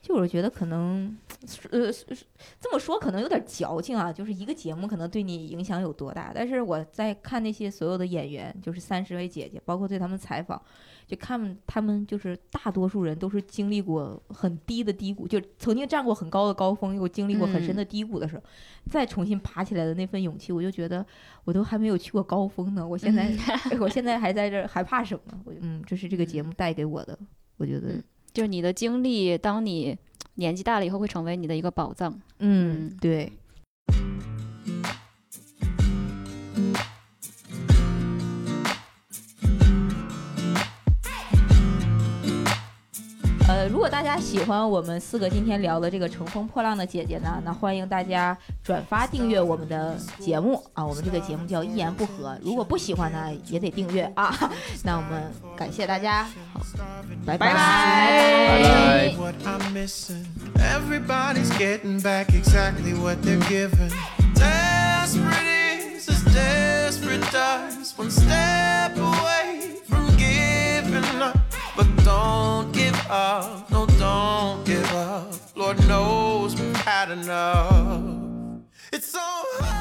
S2: 就我觉得可能，呃，这么说可能有点矫情啊，就是一个节目可能对你影响有多大，但是我在看那些所有的演员，就是三十位姐姐，包括对他们采访，就看他们就是大多数人都是经历过很低的低谷，就曾经站过很高的高峰，又经历过很深的低谷的时候，再重新爬起来的那份勇气，我就觉得我都还没有去过高峰呢，我现在、 我现在还在这儿，还怕什么？我嗯，这是这个节目带给我的，我觉得
S3: 嗯就是你的经历，当你年纪大了以后，会成为你的一个宝藏。
S2: 嗯
S3: 嗯
S2: 对。呃，如果大家喜欢我们四个今天聊的这个《乘风破浪的姐姐》呢，那欢迎大家转发订阅我们的节目啊。我们这个节目叫《一言不合》，如果不喜欢呢，也得订阅啊。 那我们感谢大家，好，拜拜
S5: 拜
S2: 哎
S3: 拜拜
S4: Bye.
S6: what I'm missing. Everybody's getting back exactly what they're given. Desperate is as desperate does. One step away from giving up. But don't give up. No, don't give up. Lord knows we've had enough. It's so hard.